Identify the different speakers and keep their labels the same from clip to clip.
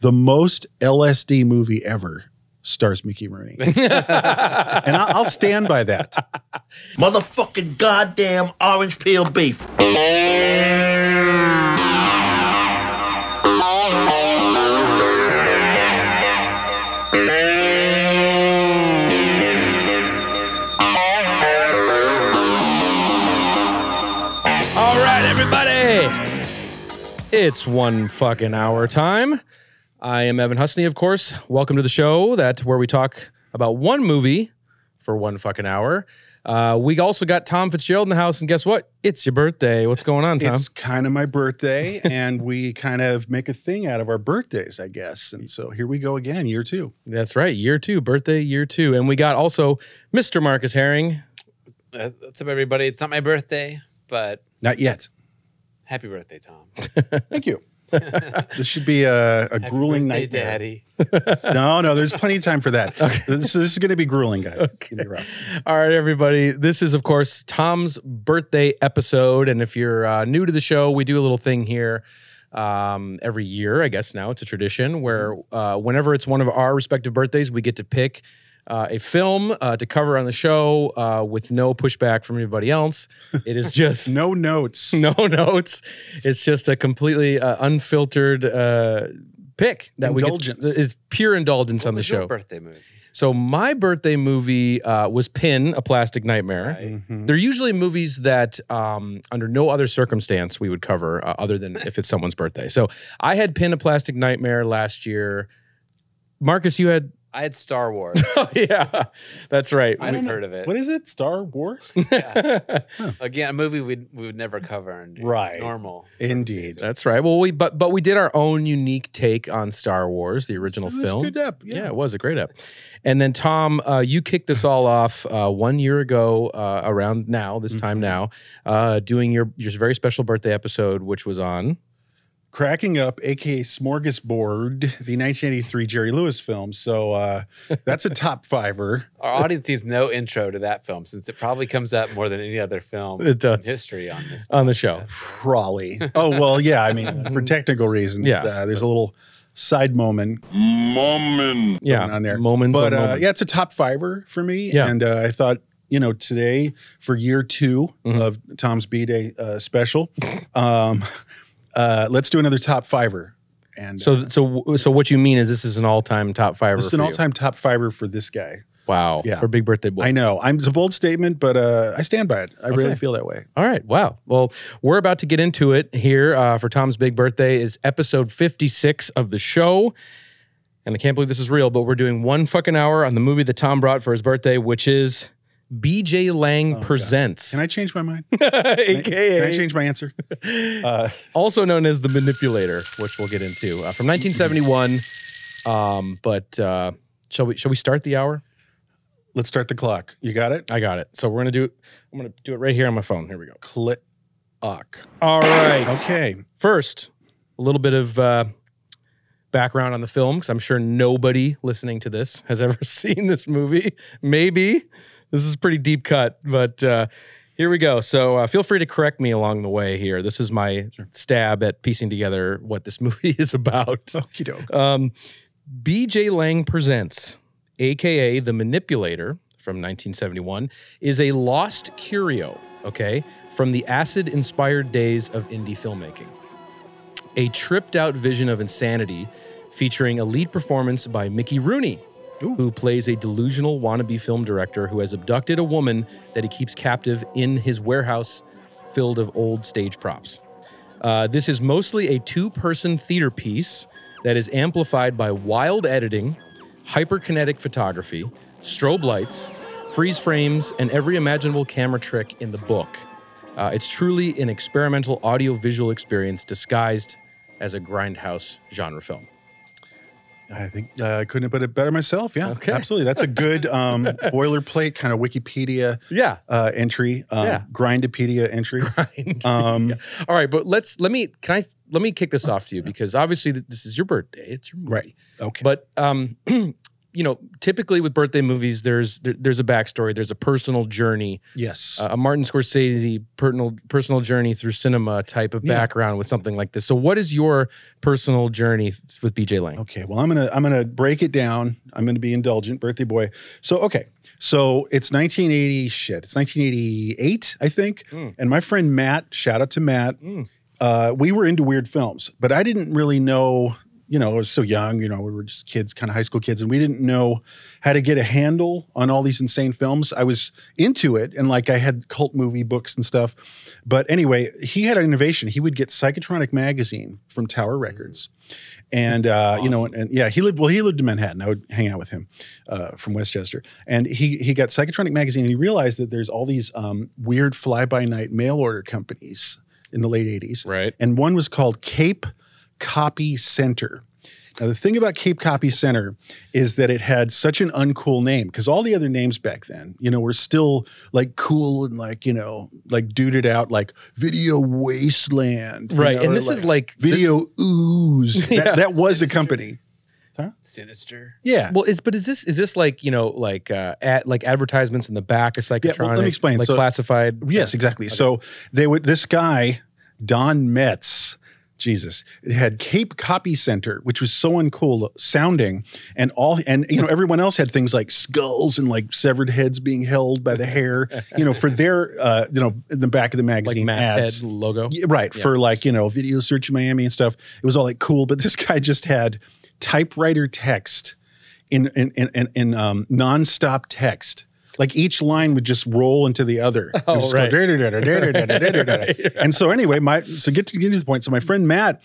Speaker 1: the most LSD movie ever stars Mickey Rooney. and I, I'll stand by that.
Speaker 2: Uh-huh.
Speaker 3: Motherfucking goddamn orange peel beef.
Speaker 2: All right, everybody. It's one fucking hour time. I am Evan Husney, of course. Welcome to the show that where we talk about one movie for one fucking hour. Uh, we also got Tom Fitzgerald in the house, and guess what? It's your birthday. What's going on, Tom?
Speaker 1: It's kind of my birthday, and we kind of make a thing out of our birthdays, I guess. And so here we go again, year two.
Speaker 2: That's right, year two, birthday year two, and we got also Mr. Marcus Herring.
Speaker 4: Uh, What's up, everybody? It's not my birthday, but
Speaker 1: Not yet.
Speaker 4: happy birthday, Tom.
Speaker 1: Thank you. this should be a, a grueling
Speaker 4: Birthday,
Speaker 1: night. there.
Speaker 4: Daddy.
Speaker 1: No, no, there's plenty of time for that. This, this is going to be grueling, guys. It's gonna be rough.
Speaker 2: All right, everybody. This is, of course, Tom's birthday episode. And if you're uh, new to the show, we do a little thing here um, every year, I guess now it's a tradition where uh, whenever it's one of our respective birthdays, we get to pick uh, a film uh, to cover on the show uh, with no pushback from anybody else. It is just
Speaker 1: No notes.
Speaker 2: no notes. It's just a completely uh, unfiltered uh, pick that
Speaker 1: Indulgence.
Speaker 2: we get. It's pure indulgence on the
Speaker 4: What's your
Speaker 2: show.
Speaker 4: birthday movie.
Speaker 2: So my birthday movie uh, was Pin, A Plastic Nightmare.
Speaker 1: Mhm.
Speaker 2: They're usually movies that, um, under no other circumstance, we would cover uh, other than if it's someone's birthday. So I had Pin, A Plastic Nightmare last year. Marcus, you had.
Speaker 4: I had Star Wars.
Speaker 2: Oh, yeah, that's right.
Speaker 4: I haven't heard of it.
Speaker 1: What is it? Star Wars?
Speaker 4: Again, a movie we'd, we would never cover. in
Speaker 1: Right.
Speaker 4: Normal.
Speaker 1: Indeed.
Speaker 2: That's right. Well, we but but we did our own unique take on Star Wars, the original
Speaker 1: It was
Speaker 2: film.
Speaker 1: Good up.
Speaker 2: Yeah.
Speaker 1: Yeah.
Speaker 2: it was a great app. And then Tom, uh, you kicked this all off uh, one year ago, uh, around now, this
Speaker 1: Mm-hmm.
Speaker 2: time now, uh, doing your your very special birthday episode, which was on.
Speaker 1: Cracking Up, aka Smorgasbord, the 1983 Jerry Lewis film. So uh, that's a top fiver.
Speaker 4: Our audience needs no intro to that film since it probably comes up more than any other film
Speaker 2: It does.
Speaker 4: in history on this.
Speaker 2: On the show.
Speaker 1: Crawley. Oh, well, yeah. I mean, for technical reasons,
Speaker 2: Yeah.
Speaker 1: uh, there's a little side moment
Speaker 2: Yeah,
Speaker 1: on there.
Speaker 2: moments,
Speaker 1: but
Speaker 2: on
Speaker 1: uh,
Speaker 2: moments.
Speaker 1: yeah, it's a top fiver for me.
Speaker 2: Yeah.
Speaker 1: And uh, I thought, you know, today for year 2
Speaker 2: Mhm.
Speaker 1: of Tom's B Day uh, special, um, uh, let's do another top fiver. And uh,
Speaker 2: So so so what you mean is this is an all time top five.
Speaker 1: this is an all time top fiver for this guy.
Speaker 2: Wow.
Speaker 1: Yeah.
Speaker 2: For big birthday boy.
Speaker 1: I know. I'm, it's a bold statement, but uh, I stand by it. I really
Speaker 2: Okay.
Speaker 1: feel that way.
Speaker 2: All right. Wow. Well, we're about to get into it here uh, for Tom's big birthday. Is episode fifty six of the show, and I can't believe this is real, but we're doing one fucking hour on the movie that Tom brought for his birthday, which is B.J. Lang presents,
Speaker 1: Oh, Can I change my mind?
Speaker 2: aka
Speaker 1: Can I change my answer? Uh,
Speaker 2: also known as the Manipulator, which we'll get into uh, from nineteen seventy one. Um, but uh, shall we shall we start the hour?
Speaker 1: let's start the clock. You got it?
Speaker 2: I got it. So we're gonna do. I'm gonna do it right here on my phone. Here we go.
Speaker 1: Click. Ock.
Speaker 2: All right.
Speaker 1: Okay.
Speaker 2: First, a little bit of uh, background on the film, because I'm sure nobody listening to this has ever seen this movie. Maybe this is a pretty deep cut, but uh, here we go. So uh, feel free to correct me along the way here. This is my stab at piecing together what this movie is about.
Speaker 1: Okie doke.
Speaker 2: Um, BJ Lang Presents, aka The Manipulator from 1971, is a lost curio, okay, from the acid inspired days of indie filmmaking. A tripped out vision of insanity featuring a lead performance by Mickey Rooney.
Speaker 1: Ooh.
Speaker 2: Who plays a delusional wannabe film director who has abducted a woman that he keeps captive in his warehouse filled of old stage props? Uh, this is mostly a two person theater piece that is amplified by wild editing, hyperkinetic photography, strobe lights, freeze frames, and every imaginable camera trick in the book. Uh, it's truly an experimental audiovisual experience disguised as a grindhouse genre film.
Speaker 1: I think uh, I couldn't have put it better myself. Yeah,
Speaker 2: Okay.
Speaker 1: absolutely. That's a good um, boilerplate kind of Wikipedia
Speaker 2: Yeah.
Speaker 1: uh, entry, um,
Speaker 2: Yeah.
Speaker 1: grindopedia entry.
Speaker 2: Grind.
Speaker 1: Um,
Speaker 2: Yeah. All right, but let's let me can I let me kick this off to you because obviously th- this is your birthday. It's your movie.
Speaker 1: Right. Okay.
Speaker 2: But um, you know, typically with birthday movies, there's there, there's a backstory, there's a personal journey,
Speaker 1: Yes.
Speaker 2: uh, a Martin Scorsese personal personal journey through cinema type of
Speaker 1: Yeah.
Speaker 2: background with something like this. So, what is your personal journey f- with BJ Lang?
Speaker 1: Okay, well, I'm gonna I'm gonna break it down. I'm gonna be indulgent, birthday boy. So okay, so it's 1980 shit. It's 1988, I think.
Speaker 2: Mm.
Speaker 1: And my friend Matt, shout out to Matt.
Speaker 2: Mm.
Speaker 1: Uh, we were into weird films, but I didn't really know. You know, I was so young. You know, we were just kids, kind of high school kids, and we didn't know how to get a handle on all these insane films. I was into it, and like I had cult movie books and stuff. But anyway, he had an innovation. He would get Psychotronic magazine from Tower Records and uh, you know, and, and yeah, he lived. Well, he lived in Manhattan. I would hang out with him uh, from Westchester, and he he got Psychotronic magazine, and he realized that there's all these um, weird fly by night mail order companies in the late '80s,
Speaker 2: Right.
Speaker 1: and one was called Cape Copy Center. Now, the thing about Cape Copy Center is that it had such an uncool name because all the other names back then, you know, were still like cool and like, you know, like duded out like Video Wasteland. you
Speaker 2: Right.
Speaker 1: know,
Speaker 2: and
Speaker 1: or
Speaker 2: this is like
Speaker 1: Video Ooze. That,
Speaker 2: Yeah.
Speaker 1: that was a company.
Speaker 4: Sinister.
Speaker 1: Yeah.
Speaker 2: Well, is but is this is this like you know like uh, at like advertisements in the back of Psychotronic?
Speaker 1: let me explain.
Speaker 2: Like
Speaker 1: So-
Speaker 2: classified.
Speaker 1: Yes, exactly. So they would this guy, Don Metz, Jesus, it had Cape Copy Center, which was so uncool sounding, and all and you know, everyone else had things like skulls and like severed heads being held by the hair, you know, for their uh, you know, in the back of the
Speaker 2: Like
Speaker 1: magazine
Speaker 2: masthead
Speaker 1: ads.
Speaker 2: logo.
Speaker 1: Yeah, right.
Speaker 2: Yeah.
Speaker 1: For like, you know, video search Miami and stuff. It was all like cool, but this guy just had typewriter text in in in, in, in um nonstop text. Like each line would just roll into the other. It would
Speaker 2: Oh,
Speaker 1: just go
Speaker 2: right.
Speaker 1: da-da-da-da-da-da-da-da-da.
Speaker 2: Right.
Speaker 1: And so anyway, my so get to get to the point. So my friend Matt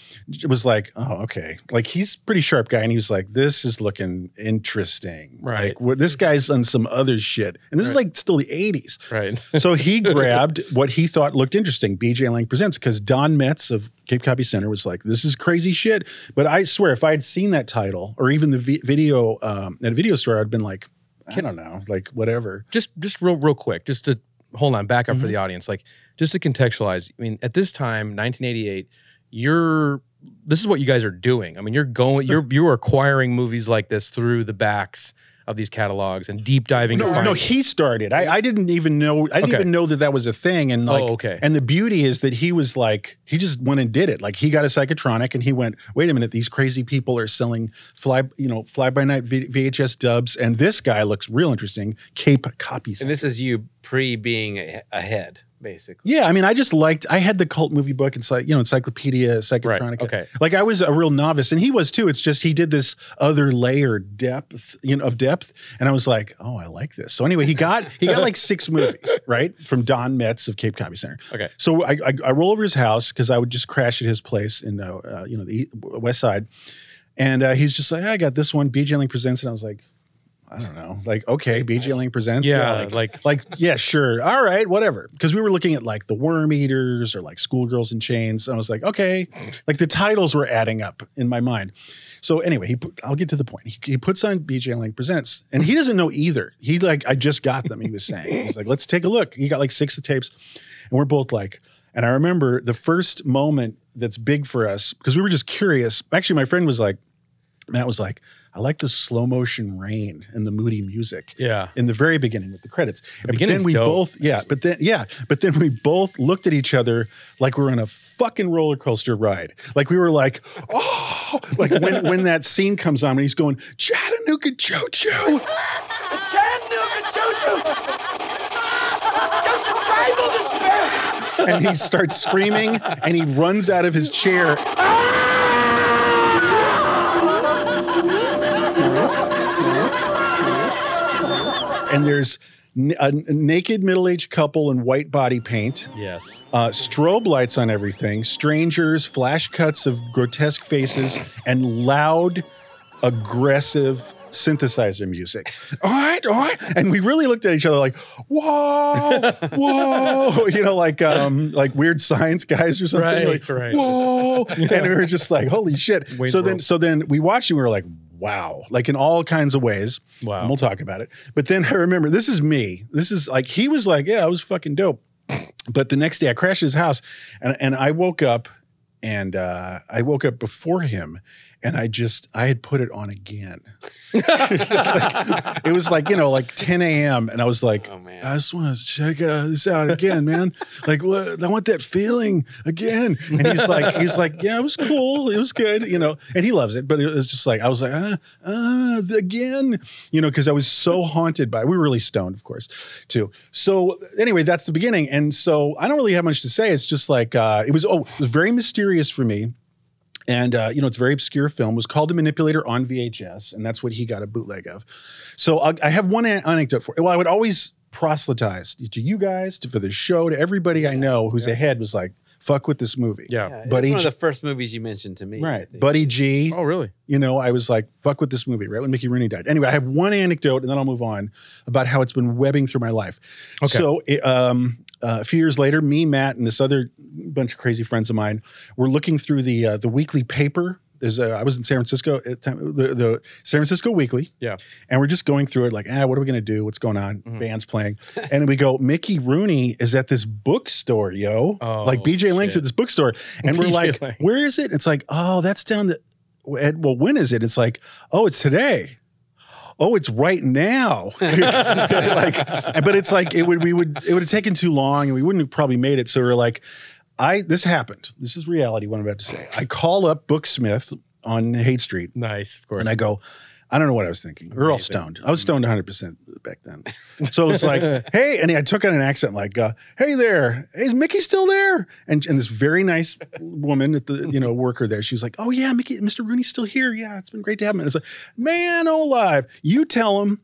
Speaker 1: was like, "Oh, okay." Like he's a pretty sharp guy, and he was like, "This is looking interesting."
Speaker 2: Right.
Speaker 1: Like what this guy's on some other shit, and this is
Speaker 2: Right.
Speaker 1: like still the '80s.
Speaker 2: Right.
Speaker 1: So he grabbed what he thought looked interesting. BJ Lang presents because Don Metz of Cape Copy Center was like, "This is crazy shit." But I swear, if I had seen that title or even the vi- video um, at a video store, I'd been like, "I don't know, like whatever."
Speaker 2: just just real real quick, just to hold on back up
Speaker 1: Mm-hmm.
Speaker 2: for the audience, like just to contextualize. I mean, at this time, 1988, you're this is what you guys are doing. I mean, you're going, you're you're acquiring movies like this through the backs of these catalogs and deep diving. to
Speaker 1: No,
Speaker 2: find
Speaker 1: no, he started. I, I didn't even know. I didn't
Speaker 2: Okay.
Speaker 1: even know that that was a thing. And like,
Speaker 2: oh, okay.
Speaker 1: And the beauty is that he was like, he just went and did it. Like he got a psychotronic and he went, wait a minute, these crazy people are selling fly, you know, fly by night v- VHS dubs. And this guy looks real interesting. Cape copies.
Speaker 4: And this is you pre being a- ahead, basically.
Speaker 1: yeah, I mean, I just liked. I had the cult movie book, ency- you know, encyclopedia, psychotronic.
Speaker 2: Right. Okay.
Speaker 1: Like I was a real novice, and he was too. It's just he did this other layer depth, you know, of depth, and I was like, oh, I like this. So anyway, he got he got like six movies, right, from Don Metz of Cape Copy Center.
Speaker 2: Okay.
Speaker 1: So I I, I roll over his house because I would just crash at his place in uh, uh, you know the e- West Side, and uh, he's just like, I got this one. BJ Lang presents, and I was like, I don't know, like okay, BJ Lang presents,
Speaker 2: Yeah.
Speaker 1: like,
Speaker 2: like,
Speaker 1: like, yeah, sure. All right, whatever. Because we were looking at like the worm eaters or like schoolgirls in chains. And I was like, okay. Like the titles were adding up in my mind. So anyway, he put, I'll get to the point. He, he puts on BJ Lang Presents and he doesn't know either. He like, I just got them, he was saying. He's like, let's take a look. He got like six of tapes. And we're both like, and I remember the first moment that's big for us because we were just curious. Actually, my friend was like, Matt was like, I like the slow motion rain and the moody music
Speaker 2: yeah.
Speaker 1: in the very beginning with the credits. but then
Speaker 2: beginning's
Speaker 1: we
Speaker 2: dope.
Speaker 1: both, yeah, but then yeah, but then we both looked at each other like we were on a fucking roller coaster ride. Like we were like, oh, like when when that scene comes on when he's going Chattanooga Jojo.
Speaker 5: Chattanooga Choo-Choo! Don't you cry, Mother Spirit!
Speaker 1: and he starts screaming and he runs out of his chair. And there's n- a n- naked middle aged couple in white body paint,
Speaker 2: Yes.
Speaker 1: uh, strobe lights on everything, strangers, flash cuts of grotesque faces, and loud, aggressive synthesizer music. All right, all right. And we really looked at each other like, whoa, whoa, you know, like um, like weird science guys or something.
Speaker 2: Right,
Speaker 1: like,
Speaker 2: right.
Speaker 1: Whoa. And we were just like, holy shit.
Speaker 2: Wayne's
Speaker 1: so then
Speaker 2: World.
Speaker 1: so then we watched and we were like, wow, like in all kinds of ways.
Speaker 2: Wow.
Speaker 1: And we'll talk about it. But then I remember this is me. This is like he was like, yeah, I was fucking dope. But the next day I crashed his house and, and I woke up and uh, I woke up before him and I just I had put it on again. It's like- it was like you know like 10 a.m. and I was like,
Speaker 4: Oh, man.
Speaker 1: I just want to check uh, this out again, man. Like what? I want that feeling again. And he's like, he's like, yeah, it was cool, it was good, you know. And he loves it, but it was just like I was like, ah, ah, the- again, you know, because I was so haunted by. We were really stoned, of course, too. So anyway, that's the beginning. And so I don't really have much to say. It's just like uh, it was. Oh, it was very mysterious for me and uh, you know it's a very obscure film was called the manipulator on vhs and that's what he got a bootleg of so i i have one an- anecdote for well i would always proselytize to you guys to, for the show to everybody i know who's ahead was like fuck with this movie
Speaker 2: Yeah.
Speaker 4: Yeah, it was
Speaker 1: Buddy
Speaker 4: one of
Speaker 1: G-
Speaker 4: the first movies you mentioned to me.
Speaker 1: right
Speaker 4: I think.
Speaker 1: buddy g
Speaker 2: Oh, really?
Speaker 1: you know, I was like, fuck with this movie, right? When Mickey Rooney died. Anyway, I have one anecdote and then I'll move on about how it's been webbing through my life.
Speaker 2: Okay.
Speaker 1: So, it, um, uh, a few years later, me, Matt, and this other bunch of crazy friends of mine were looking through the uh, the weekly paper. There's a, I was in San Francisco at the time, the, the San Francisco Weekly.
Speaker 2: Yeah.
Speaker 1: And we're just going through it like, ah, what are we going to do? What's going on?
Speaker 2: Mhm.
Speaker 1: Bands playing. and we go, Mickey Rooney is at this bookstore, yo.
Speaker 2: Oh,
Speaker 1: like BJ Link's
Speaker 2: shit.
Speaker 1: at this bookstore. And we're
Speaker 2: BJ
Speaker 1: like,
Speaker 2: Lang.
Speaker 1: where is it? It's like, oh, that's down the, at, well, when is it? It's like, oh, it's today. Oh, it's right now. like, but it's like it would we would it would have taken too long and we wouldn't have probably made it. So we're like, I this happened. This is reality. What I'm about to say. I call up Booksmith on Hate Street
Speaker 2: Nice, of course.
Speaker 1: and I go, I don't know what I was thinking. We're all
Speaker 2: Amazing.
Speaker 1: stoned. I was stoned 100% back then. So it's like, hey, and I took on an accent like, uh, hey there, is Mickey still there? And, and this very nice woman at the, you know, worker there, she was like, oh yeah, Mickey, Mr. Rooney's still here. Yeah, it's been great to have him. And it's like, man alive, you tell him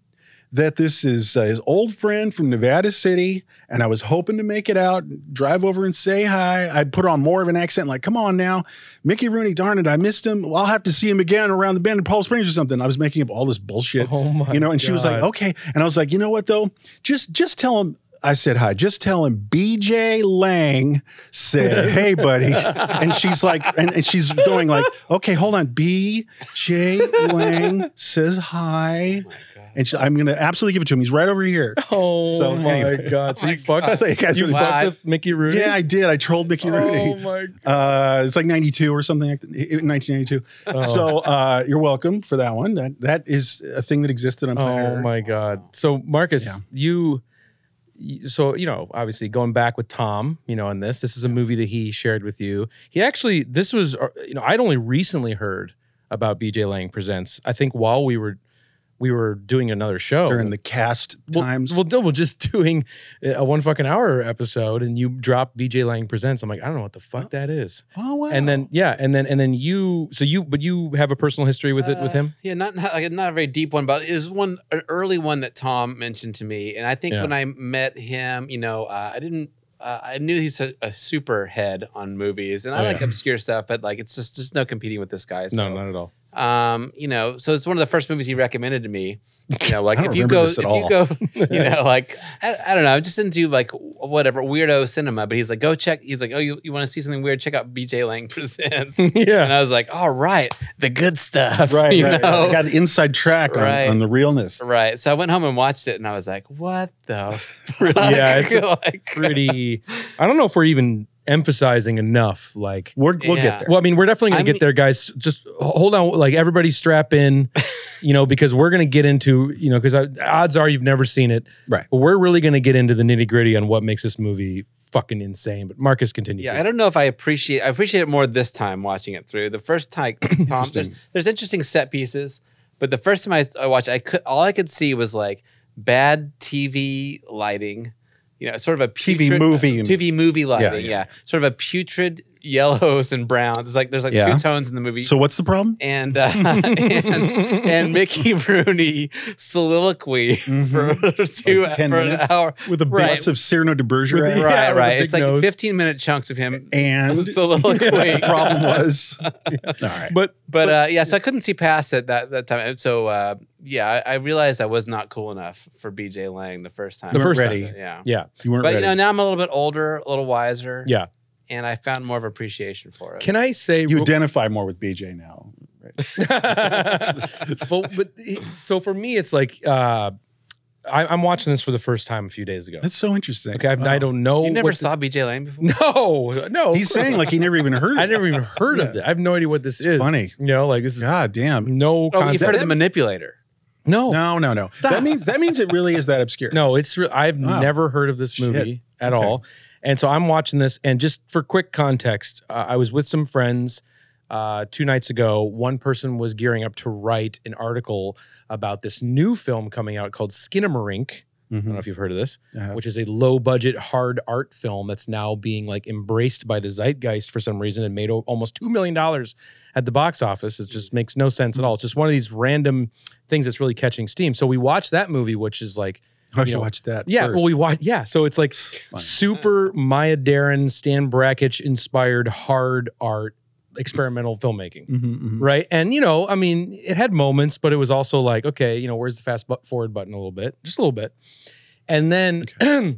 Speaker 1: that this is uh, his old friend from Nevada City, and I was hoping to make it out, drive over and say hi. I put on more of an accent, like, come on now, Mickey Rooney, darn it, I missed him. Well, I'll have to see him again around the bend in Palm Springs or something. I was making up all this bullshit,
Speaker 2: Oh my
Speaker 1: you know, and she was like,
Speaker 2: God.
Speaker 1: okay. And I was like, you know what though? Just just tell him. I said hi. Just tell him BJ Lang said, "Hey, buddy," and she's like, and, and she's going like, "Okay, hold on." BJ Lang says hi.
Speaker 4: Oh, my God.
Speaker 1: And she, I'm going to absolutely give it to him. He's right over here.
Speaker 2: Oh
Speaker 1: So,
Speaker 2: my
Speaker 1: anyway.
Speaker 2: god! So
Speaker 4: Oh
Speaker 2: you
Speaker 4: my
Speaker 2: fucked.
Speaker 4: God.
Speaker 1: I thought you guys
Speaker 2: you
Speaker 1: would-
Speaker 4: Wow.
Speaker 2: fucked with Mickey Rooney.
Speaker 1: Yeah, I did. I trolled Mickey
Speaker 2: Oh
Speaker 1: Rooney.
Speaker 2: my. God.
Speaker 1: Uh, it's like 92 or something like that, i- in 1992. So uh, you're welcome for that one. That That is a thing that existed on planet
Speaker 2: Oh
Speaker 1: Earth.
Speaker 2: my god. So Marcus,
Speaker 1: Yeah.
Speaker 2: you you- so you know, obviously going back with Tom, you know, on this, this is a movie that he shared with you. He actually this was uh, you know, I'd only recently heard about BJ Lang presents. I think while we were we were doing another show
Speaker 1: During the cast
Speaker 2: Oh. well,
Speaker 1: times.
Speaker 2: Well, no, we're just doing a one fucking hour episode and you drop BJ Lang presents. I'm like, I don't know what the fuck that is.
Speaker 1: oh, wow.
Speaker 2: And then yeah, and then and then you so you but you have a personal history with it with
Speaker 4: Uh,
Speaker 2: him?
Speaker 4: Yeah, not not, like, not a very deep one, but it was one an early one that Tom mentioned to me, and I think
Speaker 2: Yeah.
Speaker 4: when I met him, you know, uh, I didn't. Uh, I knew he's a, a super head on movies, and I
Speaker 2: Oh,
Speaker 4: like
Speaker 2: yeah.
Speaker 4: obscure stuff, but like it's just just no competing with this guy.
Speaker 2: No,
Speaker 4: So,
Speaker 2: not at all.
Speaker 4: um, you know, so it's one of the first movies he recommended to me. You know, like
Speaker 1: I don't
Speaker 4: if you
Speaker 1: remember
Speaker 4: go,
Speaker 1: this
Speaker 4: if
Speaker 1: at
Speaker 4: you
Speaker 1: all.
Speaker 4: go, you know, like I, I don't know, I'm just into like whatever weirdo cinema, but he's like, go check. He's like, oh, you, you want to see something weird? Check out BJ Lang presents.
Speaker 2: yeah.
Speaker 4: And I was like, all right, the good stuff.
Speaker 1: right,
Speaker 4: you
Speaker 1: right,
Speaker 4: know?
Speaker 1: right. Got the inside track on,
Speaker 4: Right.
Speaker 1: on the realness.
Speaker 4: Right. So I went home and watched it and I was like, what the fuck?
Speaker 2: Yeah, it's a
Speaker 4: like,
Speaker 2: pretty. I don't know if we're even emphasizing enough. Like,
Speaker 1: We're, we'll
Speaker 4: Yeah.
Speaker 1: get there.
Speaker 2: well, I mean, we're definitely gonna
Speaker 4: I
Speaker 2: get
Speaker 4: mean-
Speaker 2: there, guys. Just hold on, like everybody, strap in, you know, because we're gonna get into, you know, because odds are you've never seen it,
Speaker 1: Right.
Speaker 2: But we're really gonna get into the nitty gritty on what makes this movie fucking insane. But Marcus, continue.
Speaker 4: Yeah, I don't know if I appreciate I appreciate it more this time watching it through. The first time Tom there's,
Speaker 1: Interesting.
Speaker 4: there's interesting set pieces, but the first time I, I watched I could all I could see was like bad TV lighting. You know, sort of a
Speaker 1: TV
Speaker 4: putrid-
Speaker 1: movie, you mean.
Speaker 4: TV movie lighting,
Speaker 1: yeah.
Speaker 4: yeah, Sort of a putrid yellows and browns. It's like there's like
Speaker 1: Yeah.
Speaker 4: two tones in the movie.
Speaker 1: So what's the problem?
Speaker 4: and, uh, and and Mickey Rooney soliloquy
Speaker 1: Mhm.
Speaker 4: for two
Speaker 1: Like 10
Speaker 4: for
Speaker 1: minutes
Speaker 4: an hour.
Speaker 1: with the
Speaker 4: Right.
Speaker 1: bits of Cyrano de Bergerac.
Speaker 2: Yeah, with
Speaker 4: right,
Speaker 2: a
Speaker 4: right.
Speaker 2: big
Speaker 4: It's like
Speaker 2: nose.
Speaker 4: 15 minute chunks of him
Speaker 1: And
Speaker 4: soliloquy.
Speaker 1: the problem was, all right.
Speaker 2: But
Speaker 4: But uh, yeah, so I couldn't see past it that, that time. And So uh, yeah, I, I realized I was not cool enough for BJ Lang the first time.
Speaker 2: The first
Speaker 1: ready.
Speaker 4: time. Yeah.
Speaker 2: yeah,
Speaker 1: You weren't
Speaker 4: But you
Speaker 1: ready.
Speaker 4: know, now I'm a little bit older, a little wiser.
Speaker 2: yeah.
Speaker 4: And I found more of appreciation for it.
Speaker 2: Can I say?
Speaker 1: you
Speaker 2: real-
Speaker 1: identify more with BJ now.
Speaker 2: eh, but, but he- so for me, it's like uh, I, I'm watching this for the first time a few days ago.
Speaker 1: That's so interesting.
Speaker 2: okay, I,
Speaker 1: Wow.
Speaker 2: I don't know.
Speaker 4: You never
Speaker 2: what
Speaker 4: saw BJ Lang before?
Speaker 2: the- no, no.
Speaker 1: He's saying like he never even heard.
Speaker 2: I
Speaker 1: it.
Speaker 2: never even heard of
Speaker 1: Yeah.
Speaker 2: it. I have no idea what this is.
Speaker 1: funny.
Speaker 2: You know, like this is
Speaker 1: God damn.
Speaker 2: no
Speaker 4: Oh, you've
Speaker 2: concept.
Speaker 4: heard of the manipulator.
Speaker 2: no, no,
Speaker 1: No, no, no. That means that means it really is that obscure.
Speaker 2: It's re- I've
Speaker 1: Wow.
Speaker 2: never heard of this
Speaker 1: Shit.
Speaker 2: movie at
Speaker 1: Okay.
Speaker 2: all. And so I'm watching this, and just for quick context, uh, I was with some friends uh, two nights ago. One person was gearing up to write an article about this new film coming out called Skinamarink. I don't know
Speaker 1: Mhm.
Speaker 2: if you've heard of this,
Speaker 1: Yeah.
Speaker 2: which is a low budget hard art film that's now being like embraced by the zeitgeist for some reason and made o- almost $2 million at the box office. It just makes no sense at all. It's just one of these random things that's really catching steam. So we watched that movie, which is like,
Speaker 1: Oh, you
Speaker 2: you know,
Speaker 1: watched that?
Speaker 2: yeah,
Speaker 1: first.
Speaker 2: well, we watched, yeah. So it's like
Speaker 1: Fine.
Speaker 2: super Maya Darren, Stan Brackich inspired hard art experimental filmmaking
Speaker 1: Mhm, mhm.
Speaker 2: right? And you know, I mean, it had moments, but it was also like, okay, you know, where's the fast bu- forward button a little bit, just a little bit, and then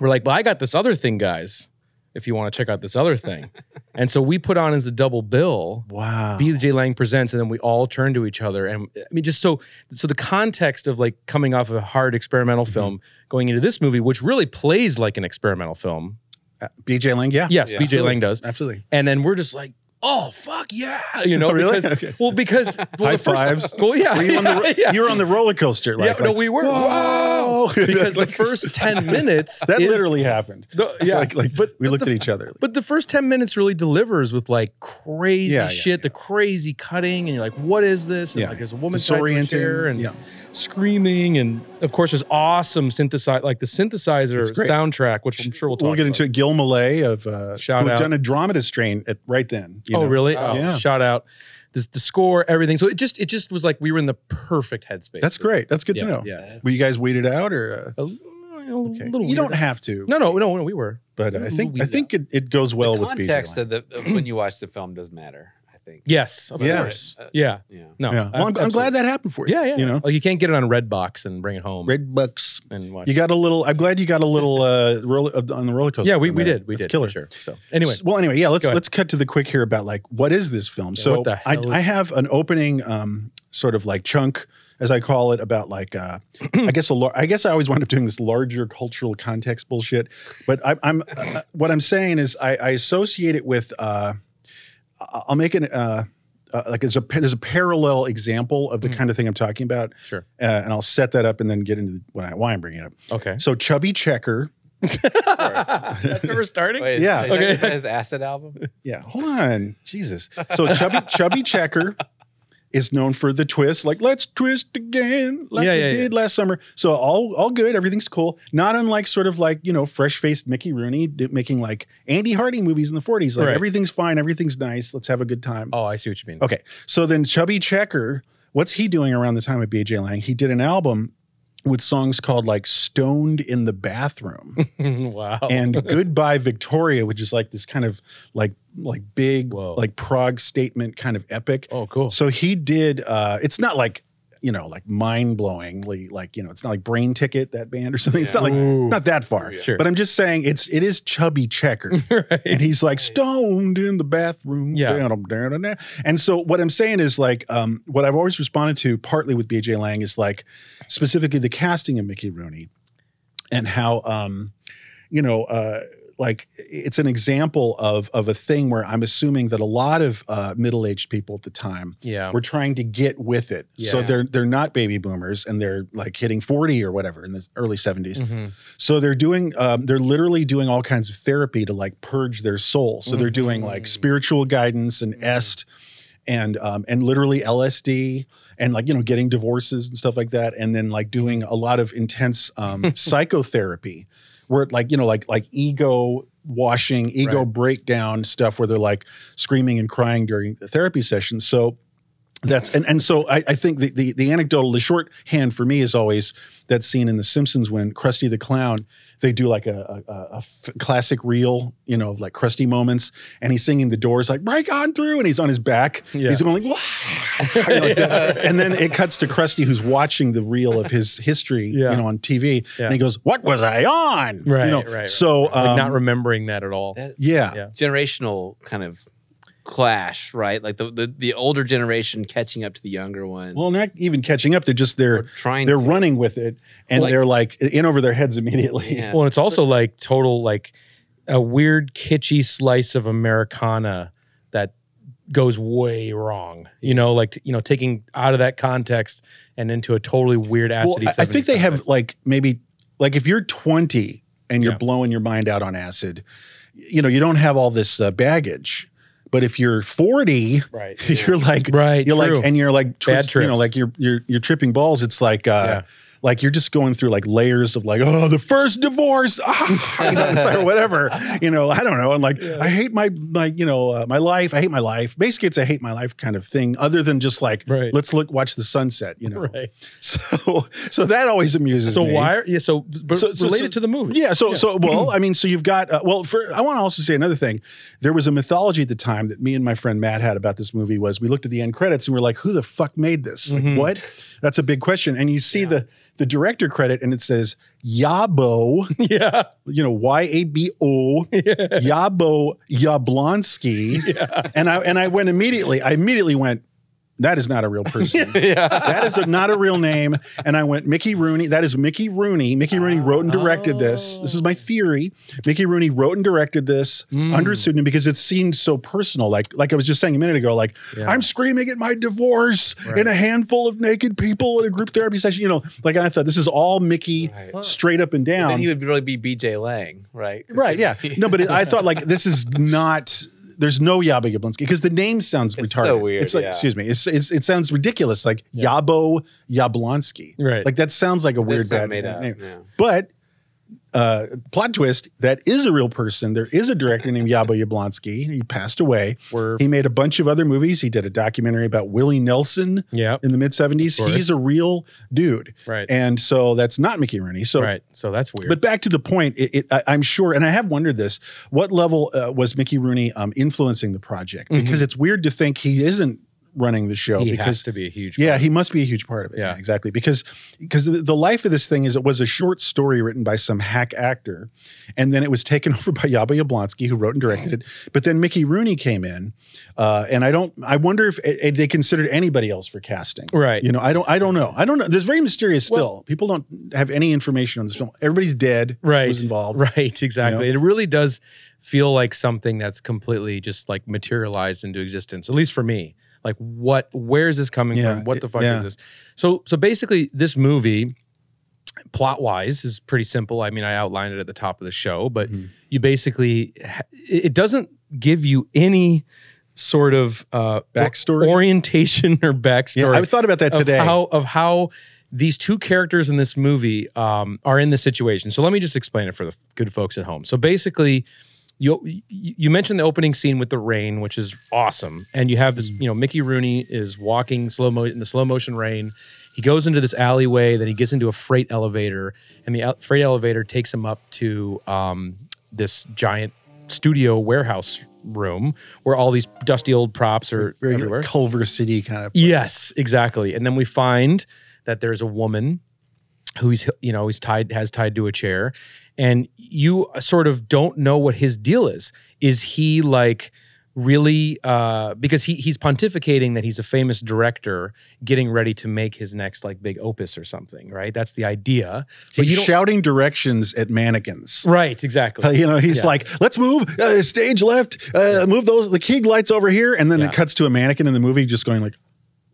Speaker 2: we're like, well, I got this other thing, guys. If you want to check out this other thing, and so we put on as a double bill.
Speaker 1: Wow.
Speaker 2: BJ Lang presents, and then we all turn to each other, and I mean, just so so the context of like coming off of a hard experimental
Speaker 1: Mm-hmm.
Speaker 2: film, going into this movie, which really plays like an experimental film.
Speaker 1: Uh, BJ Lang. Yeah.
Speaker 2: Yes,
Speaker 4: Yeah.
Speaker 2: BJ Lang does,
Speaker 1: Absolutely. Oh,
Speaker 2: and then we're just like, oh fuck yeah, you know,
Speaker 1: Really?
Speaker 2: because
Speaker 1: Okay.
Speaker 2: well, because well,
Speaker 1: High
Speaker 2: the first-
Speaker 1: fives.
Speaker 2: Well, yeah,
Speaker 1: Were you, on the,
Speaker 2: yeah,
Speaker 1: you were on the roller coaster.
Speaker 2: yeah.
Speaker 1: Like,
Speaker 2: no,
Speaker 1: like,
Speaker 2: we were
Speaker 1: Whoa!
Speaker 2: because the
Speaker 1: Like,
Speaker 2: first ten minutes
Speaker 1: that
Speaker 2: is-
Speaker 1: literally happened.
Speaker 2: the- yeah,
Speaker 1: Like, like
Speaker 2: but
Speaker 1: we
Speaker 2: but
Speaker 1: looked
Speaker 2: the,
Speaker 1: at each other.
Speaker 2: But the first ten minutes really delivers with like crazy
Speaker 1: Yeah, yeah,
Speaker 2: shit, the crazy cutting, and you're like, "What is this?" And
Speaker 1: Yeah,
Speaker 2: like,
Speaker 1: yeah.
Speaker 2: there's a woman tied to a chair
Speaker 1: Disorienting.
Speaker 2: and
Speaker 1: yeah.
Speaker 2: screaming, and of course, there's awesome synthesize, like the synthesizer
Speaker 1: It's great.
Speaker 2: soundtrack, which I'm sure we'll talk.
Speaker 1: We'll get
Speaker 2: about.
Speaker 1: into it. Gil Malay of uh,
Speaker 2: Shout
Speaker 1: who had
Speaker 2: out.
Speaker 1: done Andromeda Strain at right then. you
Speaker 2: oh,
Speaker 1: know?
Speaker 2: really?
Speaker 4: Wow.
Speaker 2: Oh,
Speaker 1: Yeah.
Speaker 2: Shout out. This, the score, everything. So it just it just was like we were in the perfect headspace.
Speaker 1: That's great. That's good
Speaker 2: yeah,
Speaker 1: to know.
Speaker 2: Yeah.
Speaker 1: Were you guys waited out or?
Speaker 2: A, you know,
Speaker 1: Uh, okay.
Speaker 2: little
Speaker 1: You don't
Speaker 2: weird.
Speaker 1: have to,
Speaker 2: No, no, no, no. We were.
Speaker 1: but uh, I think I
Speaker 2: Weeded
Speaker 1: think it, it goes well
Speaker 4: the
Speaker 1: with BJ.
Speaker 4: context
Speaker 1: Lang.
Speaker 4: of the of when you watch the film does matter. I think.
Speaker 2: Yes, of
Speaker 1: Yeah.
Speaker 2: course.
Speaker 4: Uh,
Speaker 2: Yeah.
Speaker 4: Yeah.
Speaker 2: No.
Speaker 1: yeah. Well, I'm, I'm glad
Speaker 2: absolutely.
Speaker 1: that happened for you.
Speaker 2: Yeah, yeah.
Speaker 1: You know,
Speaker 2: like you can't get it on Redbox and bring it home
Speaker 1: Red Bucks.
Speaker 2: and watch.
Speaker 1: You got a little. I'm glad you got a little uh, roller uh, on the roller coaster.
Speaker 2: yeah, we,
Speaker 1: from
Speaker 2: we
Speaker 1: that.
Speaker 2: did. We
Speaker 1: That's
Speaker 2: did.
Speaker 1: Killer.
Speaker 2: For sure. So anyway,
Speaker 1: S- well, anyway, yeah. Let's
Speaker 2: Go ahead.
Speaker 1: let's cut to the quick here about like what is this film?
Speaker 2: Yeah,
Speaker 1: so
Speaker 2: what the
Speaker 1: I,
Speaker 2: hell
Speaker 1: I
Speaker 2: is-
Speaker 1: have an opening um, sort of like chunk, as I call it, about like uh, I guess a lar- I guess I always wind up doing this larger cultural context bullshit. But I, I'm uh, what I'm saying is I, I associate it with uh, I- I'll make an. Uh, uh, like there's a pa- there's a parallel example of the
Speaker 2: Mhm.
Speaker 1: kind of thing I'm talking about,
Speaker 2: sure.
Speaker 1: uh, and I'll set that up and then get into the, when I, why I'm bringing it up.
Speaker 2: Okay.
Speaker 1: So Chubby Checker,
Speaker 2: That's where we're starting.
Speaker 4: Wait, is-
Speaker 1: Yeah.
Speaker 4: is that
Speaker 2: Okay.
Speaker 4: His acid album.
Speaker 1: Yeah, hold on, Jesus. So chubby chubby checker is known for the twist, like let's twist again, like
Speaker 2: Yeah,
Speaker 1: we
Speaker 2: yeah, yeah.
Speaker 1: did last summer. So all all good, everything's cool. Not unlike sort of like you know fresh faced Mickey Rooney d- making like Andy Hardy movies in the forties. Like
Speaker 2: Right.
Speaker 1: everything's fine, everything's nice. Let's have a good time.
Speaker 2: Oh, I see what you mean.
Speaker 1: Okay, so then chubby checker, what's he doing around the time of B.J. Lang? He did an album with songs called like "Stoned in the Bathroom."
Speaker 2: wow.
Speaker 1: and goodbye victoria which is like this kind of like like big
Speaker 2: Whoa.
Speaker 1: like prague statement kind of epic
Speaker 2: oh, cool.
Speaker 1: so he did uh it's not like you know like mind-blowingly like you know it's not like brain ticket that band or something it's
Speaker 4: Yeah.
Speaker 1: not like
Speaker 2: Ooh.
Speaker 1: not that far
Speaker 4: Yeah.
Speaker 2: Sure.
Speaker 1: but i'm just saying it's it is chubby checker and
Speaker 2: right.
Speaker 1: he's like stoned in the bathroom.
Speaker 2: Yeah.
Speaker 1: Down, down, down, down. And so what I'm saying is like um, what I've always responded to partly with BJ Lang is like specifically the casting of Mickey Rooney and how um, you know uh, like it's an example of of a thing where I'm assuming that a lot of uh, middle aged people at the time
Speaker 2: Yeah.
Speaker 1: were trying to get with it. So
Speaker 4: Yeah.
Speaker 1: they're they're not baby boomers and they're like hitting 40 or whatever in the early 70s.
Speaker 2: Mhm.
Speaker 1: So they're doing, um, they're literally doing all kinds of therapy to like purge their soul. So they're doing like
Speaker 4: Mhm.
Speaker 1: spiritual guidance and
Speaker 4: Mhm.
Speaker 1: est, and um, and literally LSD and like you know getting divorces and stuff like that, and then like doing a lot of intense um, psychotherapy, where like you know like like ego washing, ego breakdown stuff, where they're like screaming and crying during therapy sessions. So that's and, and so I, I think the, the the anecdotal, the shorthand for me is always that scene in The Simpsons when Krusty the Clown they do like a, a, a f- classic reel, you know, of like Krusty moments, and he's singing the Doors like "Break on through," and he's on his back,
Speaker 2: Yeah.
Speaker 1: he's going like, "Wah!" You know, like that. and then it cuts to Krusty who's watching the reel of his history,
Speaker 2: Yeah.
Speaker 1: you know, on TV,
Speaker 2: Yeah.
Speaker 1: and he goes, "What was I on?"
Speaker 2: Right,
Speaker 1: you know,
Speaker 2: right, right.
Speaker 1: so um,
Speaker 2: like not remembering that at all.
Speaker 4: That
Speaker 1: yeah,
Speaker 2: Yeah.
Speaker 4: generational kind of clash, right? Like the, the, the older generation catching up to the younger one.
Speaker 1: Well, not even catching up. They're just
Speaker 4: or
Speaker 1: they're
Speaker 4: trying
Speaker 1: they're
Speaker 4: to.
Speaker 1: running with it, and
Speaker 2: Like-
Speaker 1: they're like in over their heads immediately.
Speaker 4: Yeah.
Speaker 2: Well, and it's also like total like a weird kitschy slice of Americana that goes way wrong. You know, like you know, taking out of that context and into a totally weird
Speaker 1: Well,
Speaker 2: acid.
Speaker 1: I, I think they have like maybe like if you're 20 and you're
Speaker 2: Yeah.
Speaker 1: blowing your mind out on acid, you know you don't have all this uh, baggage. But if you're 40,
Speaker 2: right,
Speaker 1: you're like
Speaker 2: right.
Speaker 1: you're
Speaker 2: true.
Speaker 1: like and you're like twist, you know
Speaker 2: trips.
Speaker 1: like you're you're you're tripping balls. It's like
Speaker 2: Yeah.
Speaker 1: uh, like you're just going through like layers of like oh the first divorce ah, you know, it's like whatever you know I don't know I'm like I hate my my you know uh, my life I hate my life basically it's a hate my life kind of thing other than just like
Speaker 2: Right.
Speaker 1: let's look watch the sunset you know
Speaker 2: right.
Speaker 1: so so that always amuses
Speaker 2: So
Speaker 1: me.
Speaker 2: why? Are, yeah. So, but
Speaker 1: So- so-
Speaker 2: related
Speaker 1: so-
Speaker 2: to the movie.
Speaker 1: Yeah. So so well, I mean, so you've got uh, well. For I want to also say another thing. There was a mythology at the time that me and my friend Matt had about this movie. Was we looked at the end credits and we're like, who the fuck made this?
Speaker 2: Mhm.
Speaker 1: Like what? That's a big question. And you see the the director credit and it says Yabo,
Speaker 2: yeah.
Speaker 1: you know Y A B O, Yabo Yablonsky. And I and I went immediately. I immediately went. That is not a real person
Speaker 4: yeah.
Speaker 1: that is a, not a real name. And I went, Mickey Rooney. That is Mickey Rooney. Mickey Rooney wrote and directed this. This is
Speaker 4: Oh.
Speaker 1: my theory. Mickey Rooney wrote and directed this
Speaker 4: Hmm.
Speaker 2: Mm.
Speaker 1: under a pseudonym because it seemed so personal. Like, like I was just saying a minute ago, like
Speaker 2: Yeah.
Speaker 1: I'm screaming at my divorce
Speaker 2: Right.
Speaker 1: in a handful of naked people in a group therapy session. You know, like I thought this is all Mickey
Speaker 4: Right.
Speaker 1: straight up and down.
Speaker 4: Then he would really be BJ Lang, right?
Speaker 1: right. Yeah. No, but it, I thought like this is not. There's no Yabo Yablinski because the name sounds
Speaker 4: It's so
Speaker 1: retarded.
Speaker 4: weird,
Speaker 1: It's like,
Speaker 4: yeah.
Speaker 1: excuse me, it's, it's, it sounds ridiculous. Like Yabo Yablonsky.
Speaker 2: Right.
Speaker 1: Like that sounds like a
Speaker 4: This
Speaker 1: weird bad
Speaker 4: sound made up.
Speaker 1: name.
Speaker 4: yeah.
Speaker 1: But uh, plot twist: that is a real person. There is a director named Yabo Yablonsky. He passed away.
Speaker 2: We're,
Speaker 1: He made a bunch of other movies. He did a documentary about Willie Nelson
Speaker 2: yeah.
Speaker 1: in the mid '70s.
Speaker 2: Of course.
Speaker 1: He's a real dude,
Speaker 2: Right.
Speaker 1: and so that's not Mickey Rooney. So
Speaker 2: right. So that's weird.
Speaker 1: but back to the point, it, it, I, I'm sure, and I have wondered this: what level uh, was Mickey Rooney um, influencing the project?
Speaker 2: Mhm.
Speaker 1: Because it's weird to think he isn't running the show.
Speaker 2: he
Speaker 1: because
Speaker 2: has to be a huge.
Speaker 1: yeah, he must be a huge part of it.
Speaker 2: Yeah.
Speaker 1: exactly. Because because the, the life of this thing is it was a short story written by some hack actor, and then it was taken over by Yaba Yablonsky, who wrote and directed it. But then Mickey Rooney came in, uh, and I don't. I wonder if eh, they considered anybody else for casting.
Speaker 2: Right.
Speaker 1: You know, I don't. I don't know. I don't know. There's very mysterious still. People don't have any information on this film. Everybody's dead.
Speaker 2: right
Speaker 1: Who's involved?
Speaker 2: right exactly it really does feel like something that's completely just like materialized into existence at least for me like what where is this coming
Speaker 1: Yeah,
Speaker 2: from what the
Speaker 1: it-
Speaker 2: fuck
Speaker 1: yeah.
Speaker 2: is this so so basically this movie plot wise is pretty simple i mean i outlined it at the top of the show but
Speaker 1: Mhm.
Speaker 2: you basically ha- it it doesn't give you any sort of uh
Speaker 1: Backstory?
Speaker 2: orientation or backstory
Speaker 1: Yeah, I thought about that
Speaker 2: of
Speaker 1: today.
Speaker 2: How of how these two characters in this movie um, are in this situation. So let me just explain it for the good folks at home. So basically, you you- you mentioned the opening scene with the rain, which is awesome, and you have this.
Speaker 1: Mm.
Speaker 2: You know, Mickey Rooney is walking slow mo in the slow motion rain. He goes into this alleyway, then he gets into a freight elevator, and the el- freight elevator takes him up to um, this giant studio warehouse room where all these dusty old props are
Speaker 1: Very
Speaker 2: everywhere.
Speaker 1: Culver City kind of.
Speaker 2: Yes, exactly. And then we find that there's a woman who he's you know he's tied has tied to a chair, and you sort of don't know what his deal is. Is he like really uh because he he's pontificating that he's a famous director getting ready to make his next like big opus or something right that's the idea but
Speaker 1: He's
Speaker 2: you don't
Speaker 1: shouting directions at mannequins.
Speaker 2: right
Speaker 1: Uh,
Speaker 2: exactly
Speaker 1: you know, he's
Speaker 2: Yeah.
Speaker 1: like, let's move uh, stage left, uh, move those the keg lights over here, and then
Speaker 2: Yeah.
Speaker 1: it cuts to a mannequin in the movie just going like,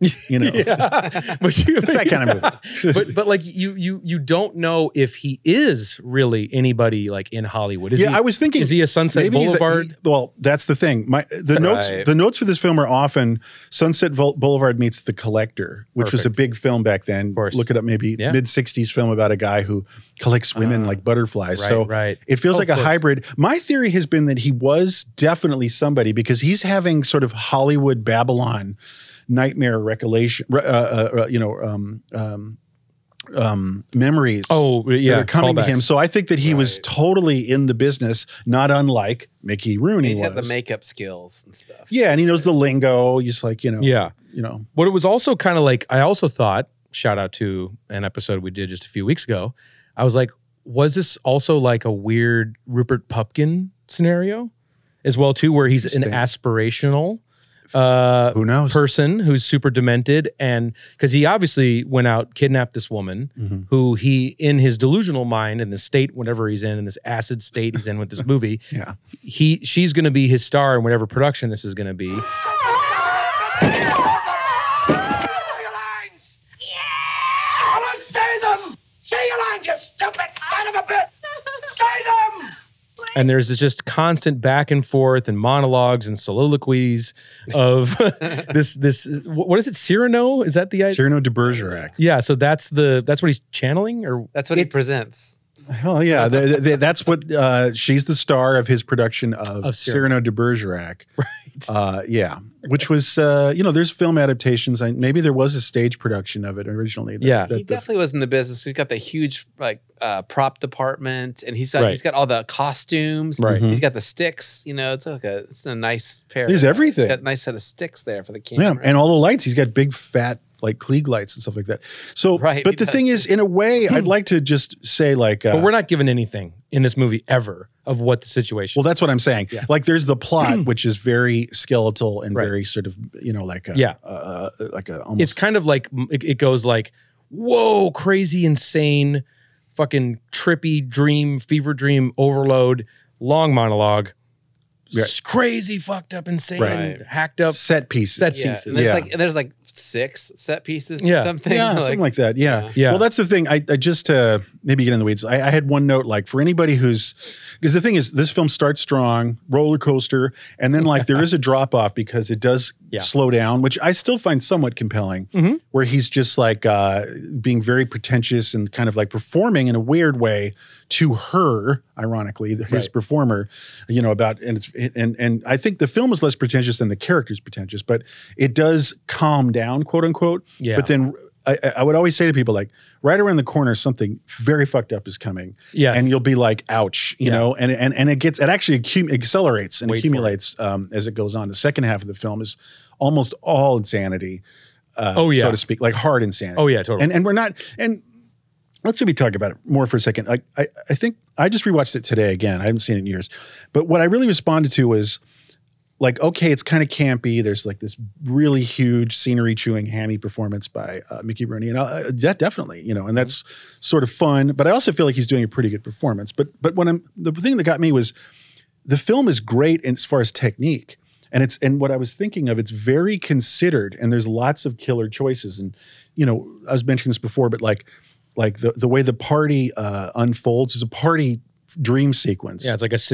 Speaker 1: you know,
Speaker 2: yeah. but you,
Speaker 1: it's that kind of movie.
Speaker 2: but but like you you you don't know if he is really anybody like in Hollywood. Is
Speaker 1: yeah,
Speaker 2: he,
Speaker 1: I was thinking
Speaker 2: is he a Sunset
Speaker 1: he's a-
Speaker 2: Boulevard?
Speaker 1: he- well, that's the thing. My the notes
Speaker 4: Right.
Speaker 1: the notes for this film are often Sunset Vol- Boulevard meets The Collector, which was a
Speaker 2: Perfect.
Speaker 1: big film back then.
Speaker 2: course.
Speaker 1: Look it up, maybe
Speaker 2: Yeah. Ah.
Speaker 1: mid '60s film about a guy who collects women like butterflies.
Speaker 2: right,
Speaker 1: so
Speaker 2: right.
Speaker 1: It feels
Speaker 2: Oh,
Speaker 1: like
Speaker 2: of
Speaker 1: a
Speaker 2: course.
Speaker 1: hybrid. My theory has been that he was definitely somebody because he's having sort of Hollywood Babylon nightmare recollection, re- uh, uh, uh, you know, um, um, um, memories.
Speaker 2: oh
Speaker 1: that
Speaker 2: yeah,
Speaker 1: are coming to him.
Speaker 2: callbacks.
Speaker 1: So I think that he was
Speaker 4: Right.
Speaker 1: totally in the business, not unlike Mickey Rooney
Speaker 4: He's
Speaker 1: was.
Speaker 4: got the makeup skills and stuff.
Speaker 1: yeah, and he knows the lingo. He's like, you know,
Speaker 2: yeah.
Speaker 1: you know,
Speaker 2: What it was also kind of like, I also thought, shout out to an episode we did just a few weeks ago. I was like, was this also like a weird Rupert Pupkin scenario as well too, where he's an
Speaker 1: Interesting.
Speaker 2: aspirational uh,
Speaker 1: Who knows?
Speaker 2: person who's super demented and because he obviously went out kidnapped this woman
Speaker 1: Mhm.
Speaker 2: who he in his delusional mind in the state whatever he's in in this acid state he's in with this movie
Speaker 1: Yeah.
Speaker 2: he she's going to be his star in whatever production this is going to be
Speaker 5: Say your lines! Yeah! Come on, say them! Say your lines, you stupid son of a bitch! Say them!
Speaker 2: and there's this just constant back and forth and monologues and soliloquies of this this wh- what is it Cyrano is that the idea
Speaker 1: Cyrano de Bergerac.
Speaker 2: yeah so that's the that's what he's channeling or
Speaker 4: That's what he
Speaker 1: It-
Speaker 4: presents.
Speaker 1: Well, yeah, th- th- that's what uh, she's the star of his production of,
Speaker 2: Of
Speaker 1: Cyrano.
Speaker 2: Cyrano.
Speaker 1: de Bergerac. Right. Uh, yeah, which was uh, you know, there's film adaptations. I, maybe there was a stage production of it originally. that-
Speaker 2: Yeah.
Speaker 1: that
Speaker 4: he
Speaker 1: the-
Speaker 4: definitely was in the business. He's got the huge like uh, prop department, and he's got,
Speaker 2: Right.
Speaker 4: he's got all the costumes.
Speaker 2: Right.
Speaker 1: Mm-hmm.
Speaker 4: He's got the sticks. You know, it's like a it's a nice pair.
Speaker 1: There's
Speaker 4: of-
Speaker 1: everything.
Speaker 4: he's Got a nice set of sticks there for the
Speaker 1: yeah,
Speaker 4: camera.
Speaker 1: and all the lights. He's got big fat like Klieg lights and stuff like that. So,
Speaker 4: Right,
Speaker 1: but the
Speaker 4: he
Speaker 1: thing is,
Speaker 4: does.
Speaker 1: in a way, I'd like to just say like, uh,
Speaker 2: but we're not given anything in this movie ever of what the situation
Speaker 1: Well, that's what I'm saying.
Speaker 2: Yeah.
Speaker 1: Like, there's the plot, which is very skeletal and
Speaker 2: Right.
Speaker 1: very sort of, you know, like a,
Speaker 2: Yeah.
Speaker 1: uh, like a almost
Speaker 2: it's kind of like it, it goes like whoa crazy insane fucking trippy dream fever dream overload long monologue
Speaker 1: Right.
Speaker 2: s- crazy fucked up insane
Speaker 4: Right.
Speaker 2: hacked up
Speaker 1: set pieces.
Speaker 2: set
Speaker 4: Yeah,
Speaker 2: pieces
Speaker 4: and there's
Speaker 1: Yeah.
Speaker 4: like and there's like six set pieces.
Speaker 2: Yeah.
Speaker 4: or something.
Speaker 1: yeah,
Speaker 4: like,
Speaker 1: something like that. Yeah.
Speaker 4: Yeah.
Speaker 2: Yeah.
Speaker 1: Well, that's the thing. I, I just uh, maybe get in the weeds. I, I had one note like for anybody who's because the thing is this film starts strong, roller coaster, and then like there is a drop off because it does
Speaker 2: Yeah.
Speaker 1: slow down, which I still find somewhat compelling.
Speaker 2: Mhm.
Speaker 1: Where he's just like uh, being very pretentious and kind of like performing in a weird way to her, ironically, his
Speaker 2: Right.
Speaker 1: performer, you know about and it's and and I think the film is less pretentious than the character's pretentious, but it does calm down, quote unquote.
Speaker 2: Yeah.
Speaker 1: But then I, I- I would always say to people like, right around the corner, something very fucked up is coming,
Speaker 2: yes
Speaker 1: and you'll be like, "Ouch," you
Speaker 2: Yeah.
Speaker 1: know. And and and it gets it actually accu- accelerates and
Speaker 2: Wait for it.
Speaker 1: accumulates um, as it goes on. The second half of the film is almost all insanity. Uh,
Speaker 2: Oh, yeah.
Speaker 1: so to speak, like hard insanity.
Speaker 2: oh yeah totally
Speaker 1: And and we're not and let's maybe talk about it more for a second. Like I, I think I just rewatched it today again. I haven't seen it in years. But what I really responded to was like, okay, it's kind of campy. There's like this really huge scenery chewing hammy performance by uh, Mickey Rooney, and uh, that definitely, you know, and that's sort of fun. But I also feel like he's doing a pretty good performance. But but when I'm the thing that got me was the film is great in- as far as technique and it's and what i was thinking of it's very considered and there's lots of killer choices and you know i was mentioning this before but like like the, the way the party uh, unfolds is a party dream sequence
Speaker 2: yeah it's like a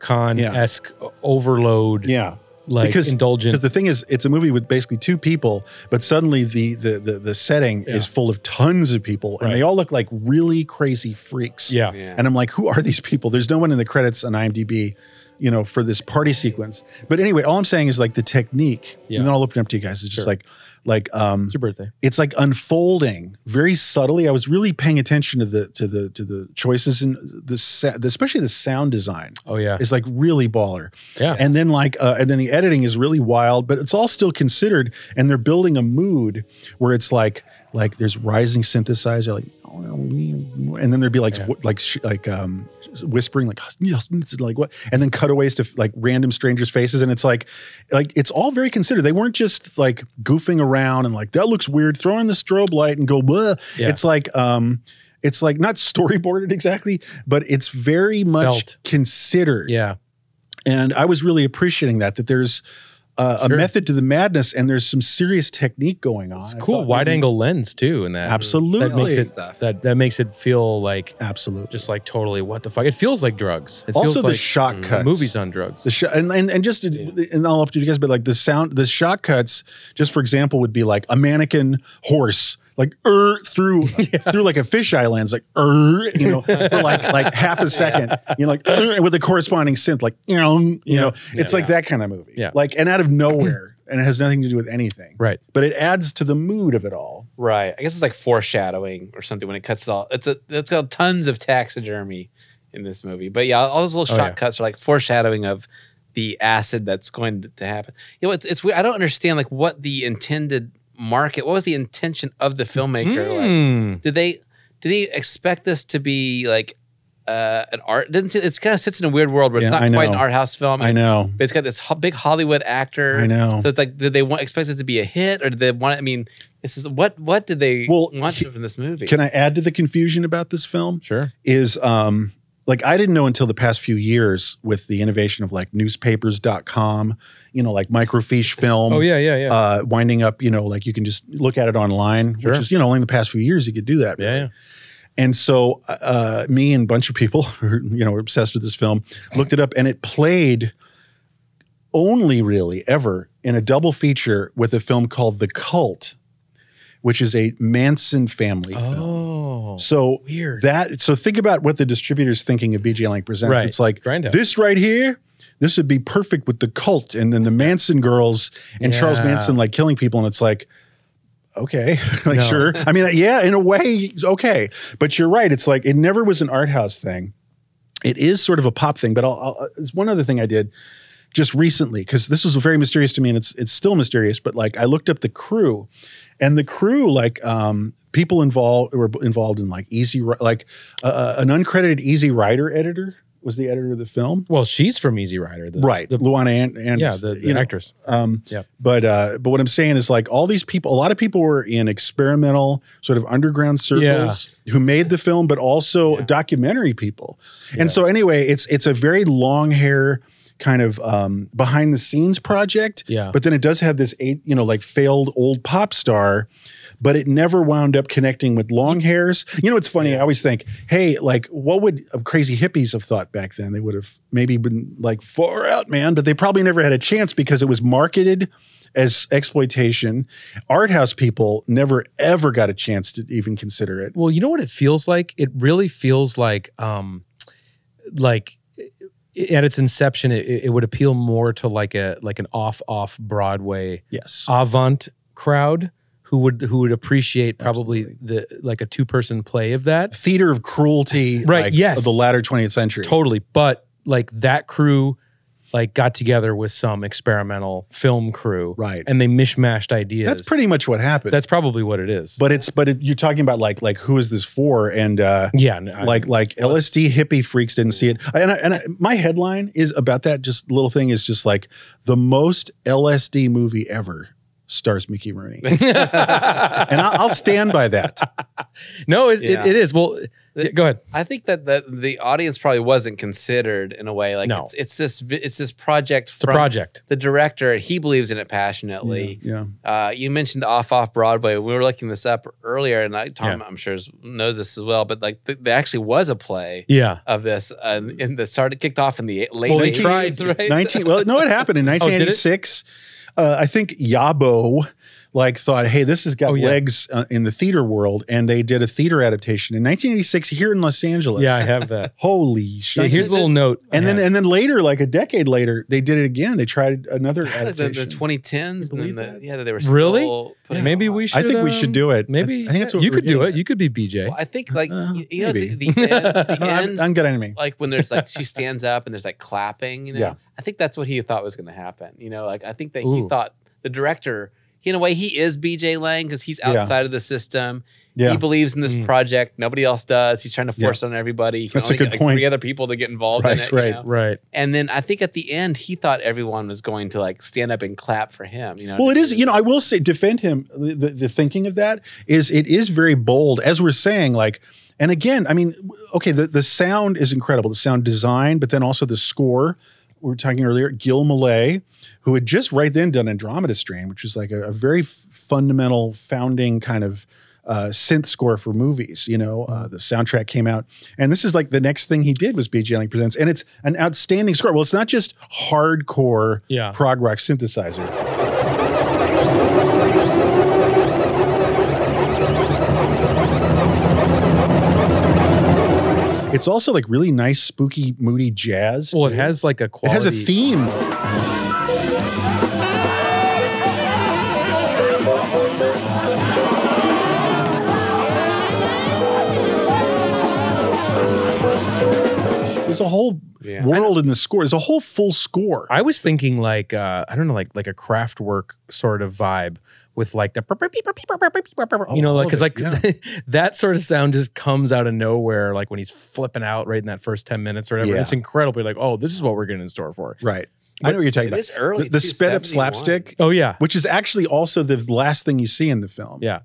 Speaker 2: satiricon-esque overload
Speaker 1: yeah
Speaker 2: like
Speaker 1: Because-
Speaker 2: indulgent
Speaker 1: because the thing is it's a movie with basically two people but suddenly the the the, the setting is full of tons of people and
Speaker 2: Right.
Speaker 1: they all look like really crazy freaks
Speaker 2: yeah
Speaker 4: Yeah.
Speaker 1: and I'm like, who are these people? There's no one in the credits on IMDb, you know, for this party sequence. But anyway, all I'm saying is like the technique.
Speaker 2: Yeah.
Speaker 1: And then I'll open it up to you guys. It's just
Speaker 2: Sure.
Speaker 1: like, like, um,
Speaker 2: it's your birthday
Speaker 1: it's like unfolding very subtly. I was really paying attention to the to the to the choices and the sa- especially the sound design
Speaker 2: oh yeah
Speaker 1: is like really baller.
Speaker 2: yeah
Speaker 1: And then like uh, and then the editing is really wild, but it's all still considered and they're building a mood where it's like like there's rising synthesizer like and then there'd be like vo- like sh- like um whispering like "Yes, it's like what and then cutaways to like random strangers faces and it's like like it's all very considered they weren't just like goofing around and like that looks weird throw in the strobe light and go blah.
Speaker 2: Yeah.
Speaker 1: it's like um it's like not storyboarded exactly but it's very much
Speaker 2: Felt.
Speaker 1: considered
Speaker 2: yeah
Speaker 1: and I was really appreciating that that there's uh, a
Speaker 2: Sure.
Speaker 1: method to the madness, and there's some serious technique going on.
Speaker 2: it's
Speaker 1: I
Speaker 2: cool
Speaker 1: thought
Speaker 2: wide
Speaker 1: maybe-
Speaker 2: angle lens too and that
Speaker 1: Absolutely.
Speaker 2: that makes it
Speaker 4: Stuff.
Speaker 2: that that makes it feel like
Speaker 1: Absolutely.
Speaker 2: just like totally what the fuck. It feels like drugs. It
Speaker 1: also
Speaker 2: feels
Speaker 1: the
Speaker 2: like mm,
Speaker 1: shot cuts.
Speaker 2: movies on drugs.
Speaker 1: The shot and, and and just to, and I'll up to you guys, but like the sound, the shot cuts. Just for example, would be like a mannequin horse, like er through through like a fisheye lens, like er, you know, for like like half a second, you know, like "Er," with the corresponding synth, like you know, you know, it's like that kind of movie,
Speaker 2: Yeah.
Speaker 1: like and out of nowhere, and it has nothing to do with anything,
Speaker 2: right.
Speaker 1: but it adds to the mood of it all.
Speaker 4: Right. I guess it's like foreshadowing or something when it cuts it all. It's a it's got tons of taxidermy in this movie. But yeah, all those little
Speaker 2: Oh,
Speaker 4: shot
Speaker 2: yeah.
Speaker 4: cuts are like foreshadowing of the acid that's going to happen. You know, it's it's weird. I don't understand like what the intended market. What was the
Speaker 1: Hmm.
Speaker 4: intention of the filmmaker? Like,
Speaker 2: Mm.
Speaker 4: did they did he expect this to be like uh, an art. Doesn't seem, it's kind of sits in a weird world where it's
Speaker 1: Yeah,
Speaker 4: not
Speaker 1: I
Speaker 4: quite an
Speaker 1: know.
Speaker 4: art house film.
Speaker 1: I know.
Speaker 4: But it's got this ho- big Hollywood actor.
Speaker 1: I know.
Speaker 4: So it's like, did they want expect it to be a hit, or did they want? I mean, this is what what did they
Speaker 1: Well,
Speaker 4: want
Speaker 1: he-
Speaker 4: from this movie?
Speaker 1: Can I add to the confusion about this film?
Speaker 2: Sure.
Speaker 1: is um like I didn't know until the past few years with the innovation of like newspapers.com, you know, like microfiche film.
Speaker 2: Oh yeah, yeah, yeah.
Speaker 1: Uh, winding up, you know, like you can just look at it online,
Speaker 2: Sure.
Speaker 1: which is, you know, only in the past few years you could do that.
Speaker 2: yeah, yeah.
Speaker 1: And so, uh, me and a bunch of people, who, you know, were obsessed with this film, looked it up, and it played only really ever in a double feature with a film called The Cult, which is a Manson family film.
Speaker 2: Oh,
Speaker 1: So
Speaker 2: weird.
Speaker 1: that so think about what the distributor's thinking of BJ Lang presents.
Speaker 2: Right.
Speaker 1: It's like
Speaker 2: Grindhouse.
Speaker 1: this right here. This would be perfect with the cult and then the Manson girls and Charles
Speaker 2: Yeah.
Speaker 1: Manson like killing people. And it's like, okay, like
Speaker 2: No.
Speaker 1: sure. I mean, yeah, in a way, okay. But you're right. It's like it never was an art house thing. It is sort of a pop thing. But I'll, I'll, it's one other thing I did just recently because this was very mysterious to me and it's it's still mysterious but like i looked up the crew and the crew like um people involved were involved in like easy Ri- like uh, an uncredited easy rider editor was the editor of the film
Speaker 2: well, she's from Easy Rider, the,
Speaker 1: right
Speaker 2: The,
Speaker 1: luana and, and
Speaker 2: yeah, the, the
Speaker 1: you know,
Speaker 2: actress.
Speaker 1: um,
Speaker 2: Yeah.
Speaker 1: But uh, but what I'm saying is like all these people, a lot of people were in experimental sort of underground circles who made the film, but also documentary people.
Speaker 2: Yeah.
Speaker 1: And so anyway, it's it's a very long hair kind of um, behind the scenes project.
Speaker 2: Yeah.
Speaker 1: But then it does have this eight, you know, like failed old pop star. But it never wound up connecting with long hairs. You know, it's funny. I always think, hey, like, what would uh, crazy hippies have thought back then? They would have maybe been like, far out, man. But they probably never had a chance because it was marketed as exploitation. Art house people never ever got a chance to even consider it.
Speaker 2: Well, you know what it feels like? It really feels like um like i- at its inception it, it would appeal more to like a like an off off Broadway
Speaker 1: Yes.
Speaker 2: avant crowd who would who would appreciate probably the like a two person play of that.
Speaker 1: Theater of cruelty,
Speaker 2: Right,
Speaker 1: Like,
Speaker 2: yes.
Speaker 1: Of the latter 20th century.
Speaker 2: Totally. But like that crew like got together with some experimental film crew
Speaker 1: Right.
Speaker 2: and they mishmashed ideas.
Speaker 1: That's pretty much what happened.
Speaker 2: That's probably what it is.
Speaker 1: but it's but it, you're talking about like like who is this for and uh
Speaker 2: yeah, no, I-
Speaker 1: like like LSD hippie freaks didn't see it. And I, and I, my headline is about that just little thing is just like the most LSD movie ever stars Mickey Rooney. and I, I'll stand by that.
Speaker 2: no, it,
Speaker 4: Yeah.
Speaker 2: it, it is. Well, yeah, go ahead.
Speaker 4: I think that the the audience probably wasn't considered in a way like
Speaker 2: No.
Speaker 4: it's, it's this vi- it's this project
Speaker 2: It's a
Speaker 4: from
Speaker 2: project.
Speaker 4: the director. He believes in it passionately.
Speaker 1: Yeah.
Speaker 4: Uh, you mentioned off off Broadway. We were looking this up earlier, and I, Tom,
Speaker 2: Yeah.
Speaker 4: I'm sure, is- knows this as well. But like, th- there actually was a play
Speaker 2: Yeah.
Speaker 4: of this, uh, and that started kicked off in the eight- late
Speaker 2: Well, they
Speaker 4: 80s,
Speaker 2: tried to-
Speaker 4: right?
Speaker 1: 19 well no it happened in
Speaker 2: Oh, did it?
Speaker 1: 1986 uh, i think yabo like thought hey this has got
Speaker 2: Oh, yeah.
Speaker 1: legs uh, in the theater world and they did a theater adaptation in 1986 here in los angeles
Speaker 2: Yeah, I have that.
Speaker 1: holy
Speaker 2: Yeah,
Speaker 1: shit
Speaker 2: here's a little note. I
Speaker 1: and then
Speaker 2: have.
Speaker 1: and then later like a decade later they did it again they tried another
Speaker 4: Like the,
Speaker 1: adaptation
Speaker 4: the 2010s,
Speaker 1: You
Speaker 4: and
Speaker 1: believe
Speaker 4: the,
Speaker 1: that?
Speaker 4: yeah, they were
Speaker 2: Really?
Speaker 4: still putting
Speaker 2: maybe
Speaker 4: them on.
Speaker 2: we should.
Speaker 1: i think we should
Speaker 2: um,
Speaker 1: do it
Speaker 2: Maybe
Speaker 1: i think that's what
Speaker 2: you
Speaker 1: we
Speaker 2: could
Speaker 1: were
Speaker 2: do
Speaker 1: getting
Speaker 2: it. You could be BJ.
Speaker 4: Well, I think like
Speaker 1: Uh,
Speaker 4: you, you know the,
Speaker 1: maybe.
Speaker 4: the end,
Speaker 1: at.
Speaker 4: the end
Speaker 1: no, I'm, I'm good enemy
Speaker 4: like when there's like she stands up and there's like clapping, you know.
Speaker 1: Yeah.
Speaker 4: I think that's what he thought was going to happen. You know, like I think that he
Speaker 2: Ooh.
Speaker 4: thought the director, in a way, he is BJ Lang because he's
Speaker 1: Yeah.
Speaker 4: outside of the system. He
Speaker 1: yeah
Speaker 4: believes in this
Speaker 2: Mm.
Speaker 4: project. Nobody else does. He's trying to
Speaker 1: Yeah.
Speaker 4: force it on everybody. He can
Speaker 1: That's a
Speaker 4: only
Speaker 1: good
Speaker 4: get, like,
Speaker 1: point.
Speaker 4: Three other people to get involved in
Speaker 1: Right,
Speaker 4: it. you
Speaker 1: right.
Speaker 4: know?
Speaker 2: right.
Speaker 4: And then I think at the end, he thought everyone was going to like stand up and clap for him. You know.
Speaker 1: Well, it is. You know, I will say defend him. The, the, the thinking of that is it is very bold, as we're saying. Like, and again, I mean, okay, the the sound is incredible. The sound design, but then also the score. We were talking earlier, Gil Malay, who had just right then done Andromeda Strain, which was like a, a very f- fundamental, founding kind of uh, synth score for movies. You know, uh, the soundtrack came out, and this is like the next thing he did was B.J. Lang Presents, and it's an outstanding score. Well, it's not just hardcore
Speaker 2: Yeah.
Speaker 1: prog rock synthesizer. It's also like really nice, spooky, moody jazz.
Speaker 2: Well, it has like a
Speaker 1: it
Speaker 2: quality.
Speaker 1: has a theme. There's a whole
Speaker 4: Yeah.
Speaker 1: world in the score. There's a whole full score.
Speaker 2: I was thinking like uh, I don't know, like like a craftwork sort of vibe, with like the burp, burp, beep, burp, beep, burp, burp, beep, burp, burp, you know
Speaker 1: Oh,
Speaker 2: like because
Speaker 1: all of
Speaker 2: like
Speaker 1: it,
Speaker 2: that sort of sound just comes out of nowhere like when he's flipping out right in that first 10 minutes or whatever
Speaker 1: Yeah.
Speaker 2: it's incredible You're like oh this is what we're getting in store for
Speaker 1: Right. I know what you're talking
Speaker 4: It
Speaker 1: about.
Speaker 4: is early.
Speaker 1: The, the
Speaker 4: too,
Speaker 1: sped up
Speaker 4: 71.
Speaker 1: slapstick,
Speaker 2: oh yeah
Speaker 1: which is actually also the last thing you see in the film.
Speaker 2: yeah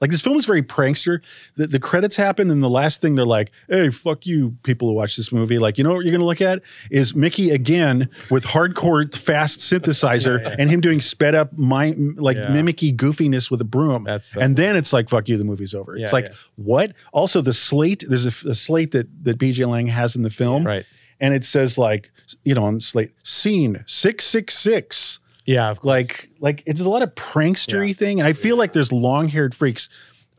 Speaker 1: Like this film is very prankster. The, the credits happen, and the last thing they're like, "Hey, fuck you, people who watch this movie." Like, you know what you're going to look at is Mickey again with hardcore fast synthesizer and him doing sped up, mime, like
Speaker 2: Yeah.
Speaker 1: mimicky goofiness with a broom.
Speaker 2: That's the-
Speaker 1: and then it's like, "Fuck you," the movie's over. it's
Speaker 2: Yeah,
Speaker 1: like
Speaker 2: yeah.
Speaker 1: what? Also, the slate. There's a, a slate that that BJ Lang has in the film,
Speaker 2: right
Speaker 1: and it says like, you know, on the slate, scene six six six
Speaker 2: yeah of course.
Speaker 1: like like it's a lot of prankstery thing and i feel like there's long-haired freaks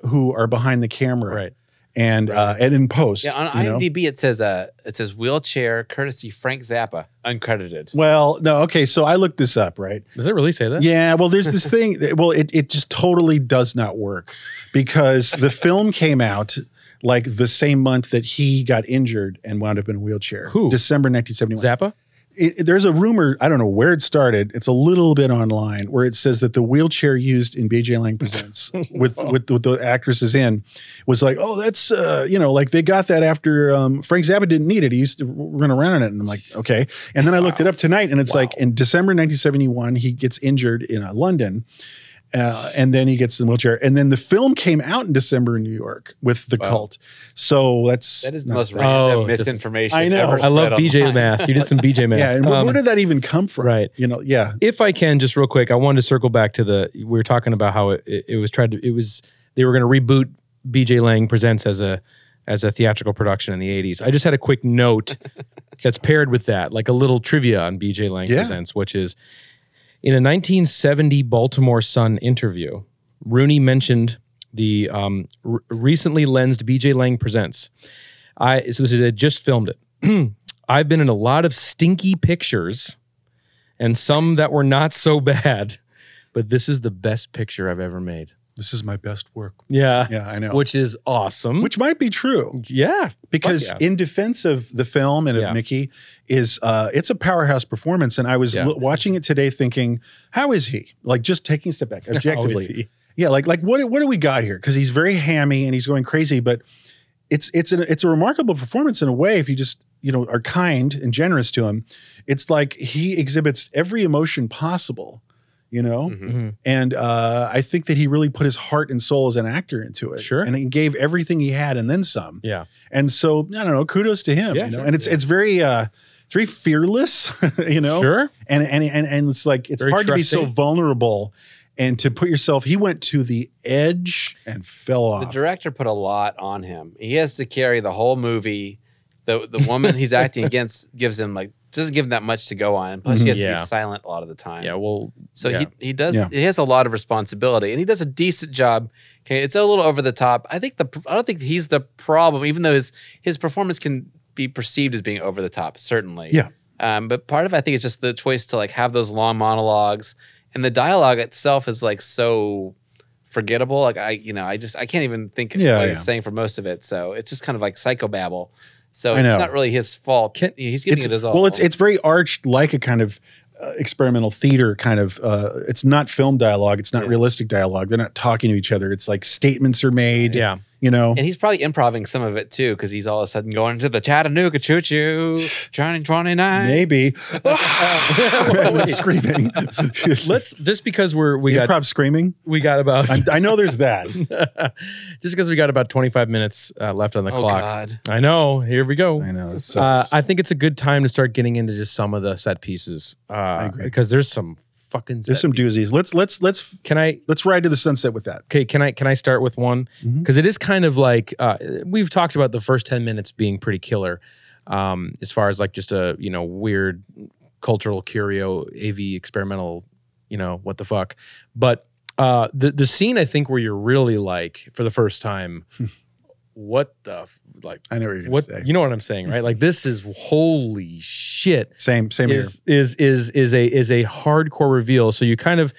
Speaker 1: who are behind the camera
Speaker 2: right
Speaker 1: and uh and in post
Speaker 4: Yeah, on
Speaker 1: you know?
Speaker 4: IMDb it says uh it says wheelchair courtesy Frank Zappa, uncredited.
Speaker 1: well no okay so i looked this up right
Speaker 2: does it really say that
Speaker 1: yeah well there's this thing that- well it, it just totally does not work because the film came out like the same month that he got injured and wound up in a wheelchair
Speaker 2: Who?
Speaker 1: december 1971
Speaker 2: zappa
Speaker 1: it, there's a rumor, I don't know where it started. It's a little bit online where it says that the wheelchair used in BJ Lang Presents with, with, with the actresses in was like, oh, that's, uh, you know, like they got that after um, Frank Zappa didn't need it. He used to run around in it. And I'm like, okay. And then I looked it up tonight and it's like in December 1971, he gets injured in uh, London. Uh, and then he gets in a wheelchair. And then the film came out in December in New York with The Cult. So that's.
Speaker 4: That is the
Speaker 1: not
Speaker 4: most
Speaker 1: bad.
Speaker 4: random
Speaker 2: Oh, just-
Speaker 4: misinformation.
Speaker 1: I know.
Speaker 4: ever
Speaker 2: i love
Speaker 4: spread
Speaker 2: bj
Speaker 4: online.
Speaker 2: math you did some bj math
Speaker 1: Yeah. And where-
Speaker 2: Um,
Speaker 1: where did that even come from?
Speaker 2: right.
Speaker 1: You know, yeah.
Speaker 2: if I can, just real quick, I wanted to circle back to the we were talking about how it, it, it was tried to it was they were going to reboot BJ Lang Presents as a as a theatrical production in the '80s. I just had a quick note that's paired with that, like a little trivia on BJ Lang
Speaker 1: Yeah.
Speaker 2: Presents, which is in a 1970 Baltimore Sun interview, Rooney mentioned the um, r- recently lensed BJ Lang Presents. I so this is I just filmed it. I've been in a lot of stinky pictures and some that were not so bad. But this is the best picture I've ever made.
Speaker 1: this is my best work.
Speaker 2: Yeah.
Speaker 1: Yeah, I know. Which,
Speaker 2: Which is awesome.
Speaker 1: might be true
Speaker 2: hmm? yeah.
Speaker 1: because
Speaker 2: Fuck
Speaker 1: in defense of the film and of
Speaker 2: Yeah.
Speaker 1: Mickey is uh, it's a powerhouse performance and I was
Speaker 2: Yeah.
Speaker 1: lo- watching it today thinking how is he? Like just taking a step back objectively. Yeah, like like what what do we got here? Cuz he's very hammy and he's going crazy but it's it's an, it's a remarkable performance in a way if you just you know are kind and generous to him. It's like he exhibits every emotion possible, you know?
Speaker 4: Mhm.
Speaker 2: Mhm.
Speaker 1: And uh, I think that he really put his heart and soul as an actor into it.
Speaker 2: Sure.
Speaker 1: And he gave everything he had and then some.
Speaker 2: Yeah.
Speaker 1: And so, I don't know, kudos to him.
Speaker 2: Yeah,
Speaker 1: you know?
Speaker 2: sure.
Speaker 1: And it's it's very uh it's very fearless, you know.
Speaker 2: Sure.
Speaker 1: And, and and and it's like it's
Speaker 2: Very
Speaker 1: hard to be so
Speaker 2: trusting.
Speaker 1: vulnerable and to put yourself he went to the edge and fell
Speaker 4: The
Speaker 1: off.
Speaker 4: director put a lot on him. He has to carry the whole movie. The the woman he's acting against gives him like doesn't give him that much to go on. Plus,
Speaker 1: Mhm.
Speaker 4: he has to
Speaker 2: Yeah.
Speaker 4: be silent a lot of the time.
Speaker 2: Yeah. Well,
Speaker 4: So
Speaker 2: yeah.
Speaker 4: he, he does
Speaker 1: Yeah.
Speaker 4: he has a lot of responsibility and he does a decent job. Okay, it's a little over the top. I think the I don't think he's the problem, even though his his performance can be perceived as being over the top, certainly.
Speaker 1: Yeah.
Speaker 4: Um, but part of it, I think is just the choice to like have those long monologues and the dialogue itself is like so forgettable. Like I you know I just I can't even think
Speaker 1: Yeah,
Speaker 4: what
Speaker 1: yeah.
Speaker 4: he's saying for most of it. So it's just kind of like psychobabble. So
Speaker 1: I
Speaker 4: it's
Speaker 1: know.
Speaker 4: not really his fault.
Speaker 2: Can-
Speaker 4: he's giving
Speaker 1: It's,
Speaker 4: it his all.
Speaker 1: well, it's it's very arched like a kind of uh, experimental theater kind of uh, it's not film dialogue, it's not
Speaker 4: Yeah.
Speaker 1: realistic dialogue. They're not talking to each other. It's like statements are made,
Speaker 2: yeah.
Speaker 1: you know.
Speaker 4: And he's probably improving some of it too, because he's all of a sudden going to the Chattanooga choo choo, Johnny 29.
Speaker 1: Maybe. And screaming.
Speaker 2: Let's just because we're we
Speaker 1: improv
Speaker 2: got
Speaker 1: screaming.
Speaker 2: we got about
Speaker 1: I, I know there's that.
Speaker 2: just because we got about 25 minutes uh, left on the
Speaker 4: Oh,
Speaker 2: clock.
Speaker 4: God.
Speaker 2: I know. Here we go.
Speaker 1: I know. It
Speaker 2: Uh,
Speaker 1: sucks.
Speaker 2: I think it's a good time to start getting into just some of the set pieces uh,
Speaker 1: agree.
Speaker 2: because there's some fucking.
Speaker 1: there's
Speaker 2: set
Speaker 1: some
Speaker 2: pieces.
Speaker 1: doozies. Let's let's let's
Speaker 2: Can I
Speaker 1: let's ride to the sunset with that.
Speaker 2: okay can i can i start with one
Speaker 1: Mhm.
Speaker 2: because is kind of like uh, we've talked about the first 10 minutes being pretty killer um, as far as like just a you know weird cultural curio av experimental you know what the fuck but uh, the the scene i think where you're really like for the first time what the f- like
Speaker 1: I know what you're gonna
Speaker 2: what
Speaker 1: say.
Speaker 2: you know what i'm saying right like this is holy shit
Speaker 1: same same here.
Speaker 2: is is is is a is a hardcore reveal. So you kind of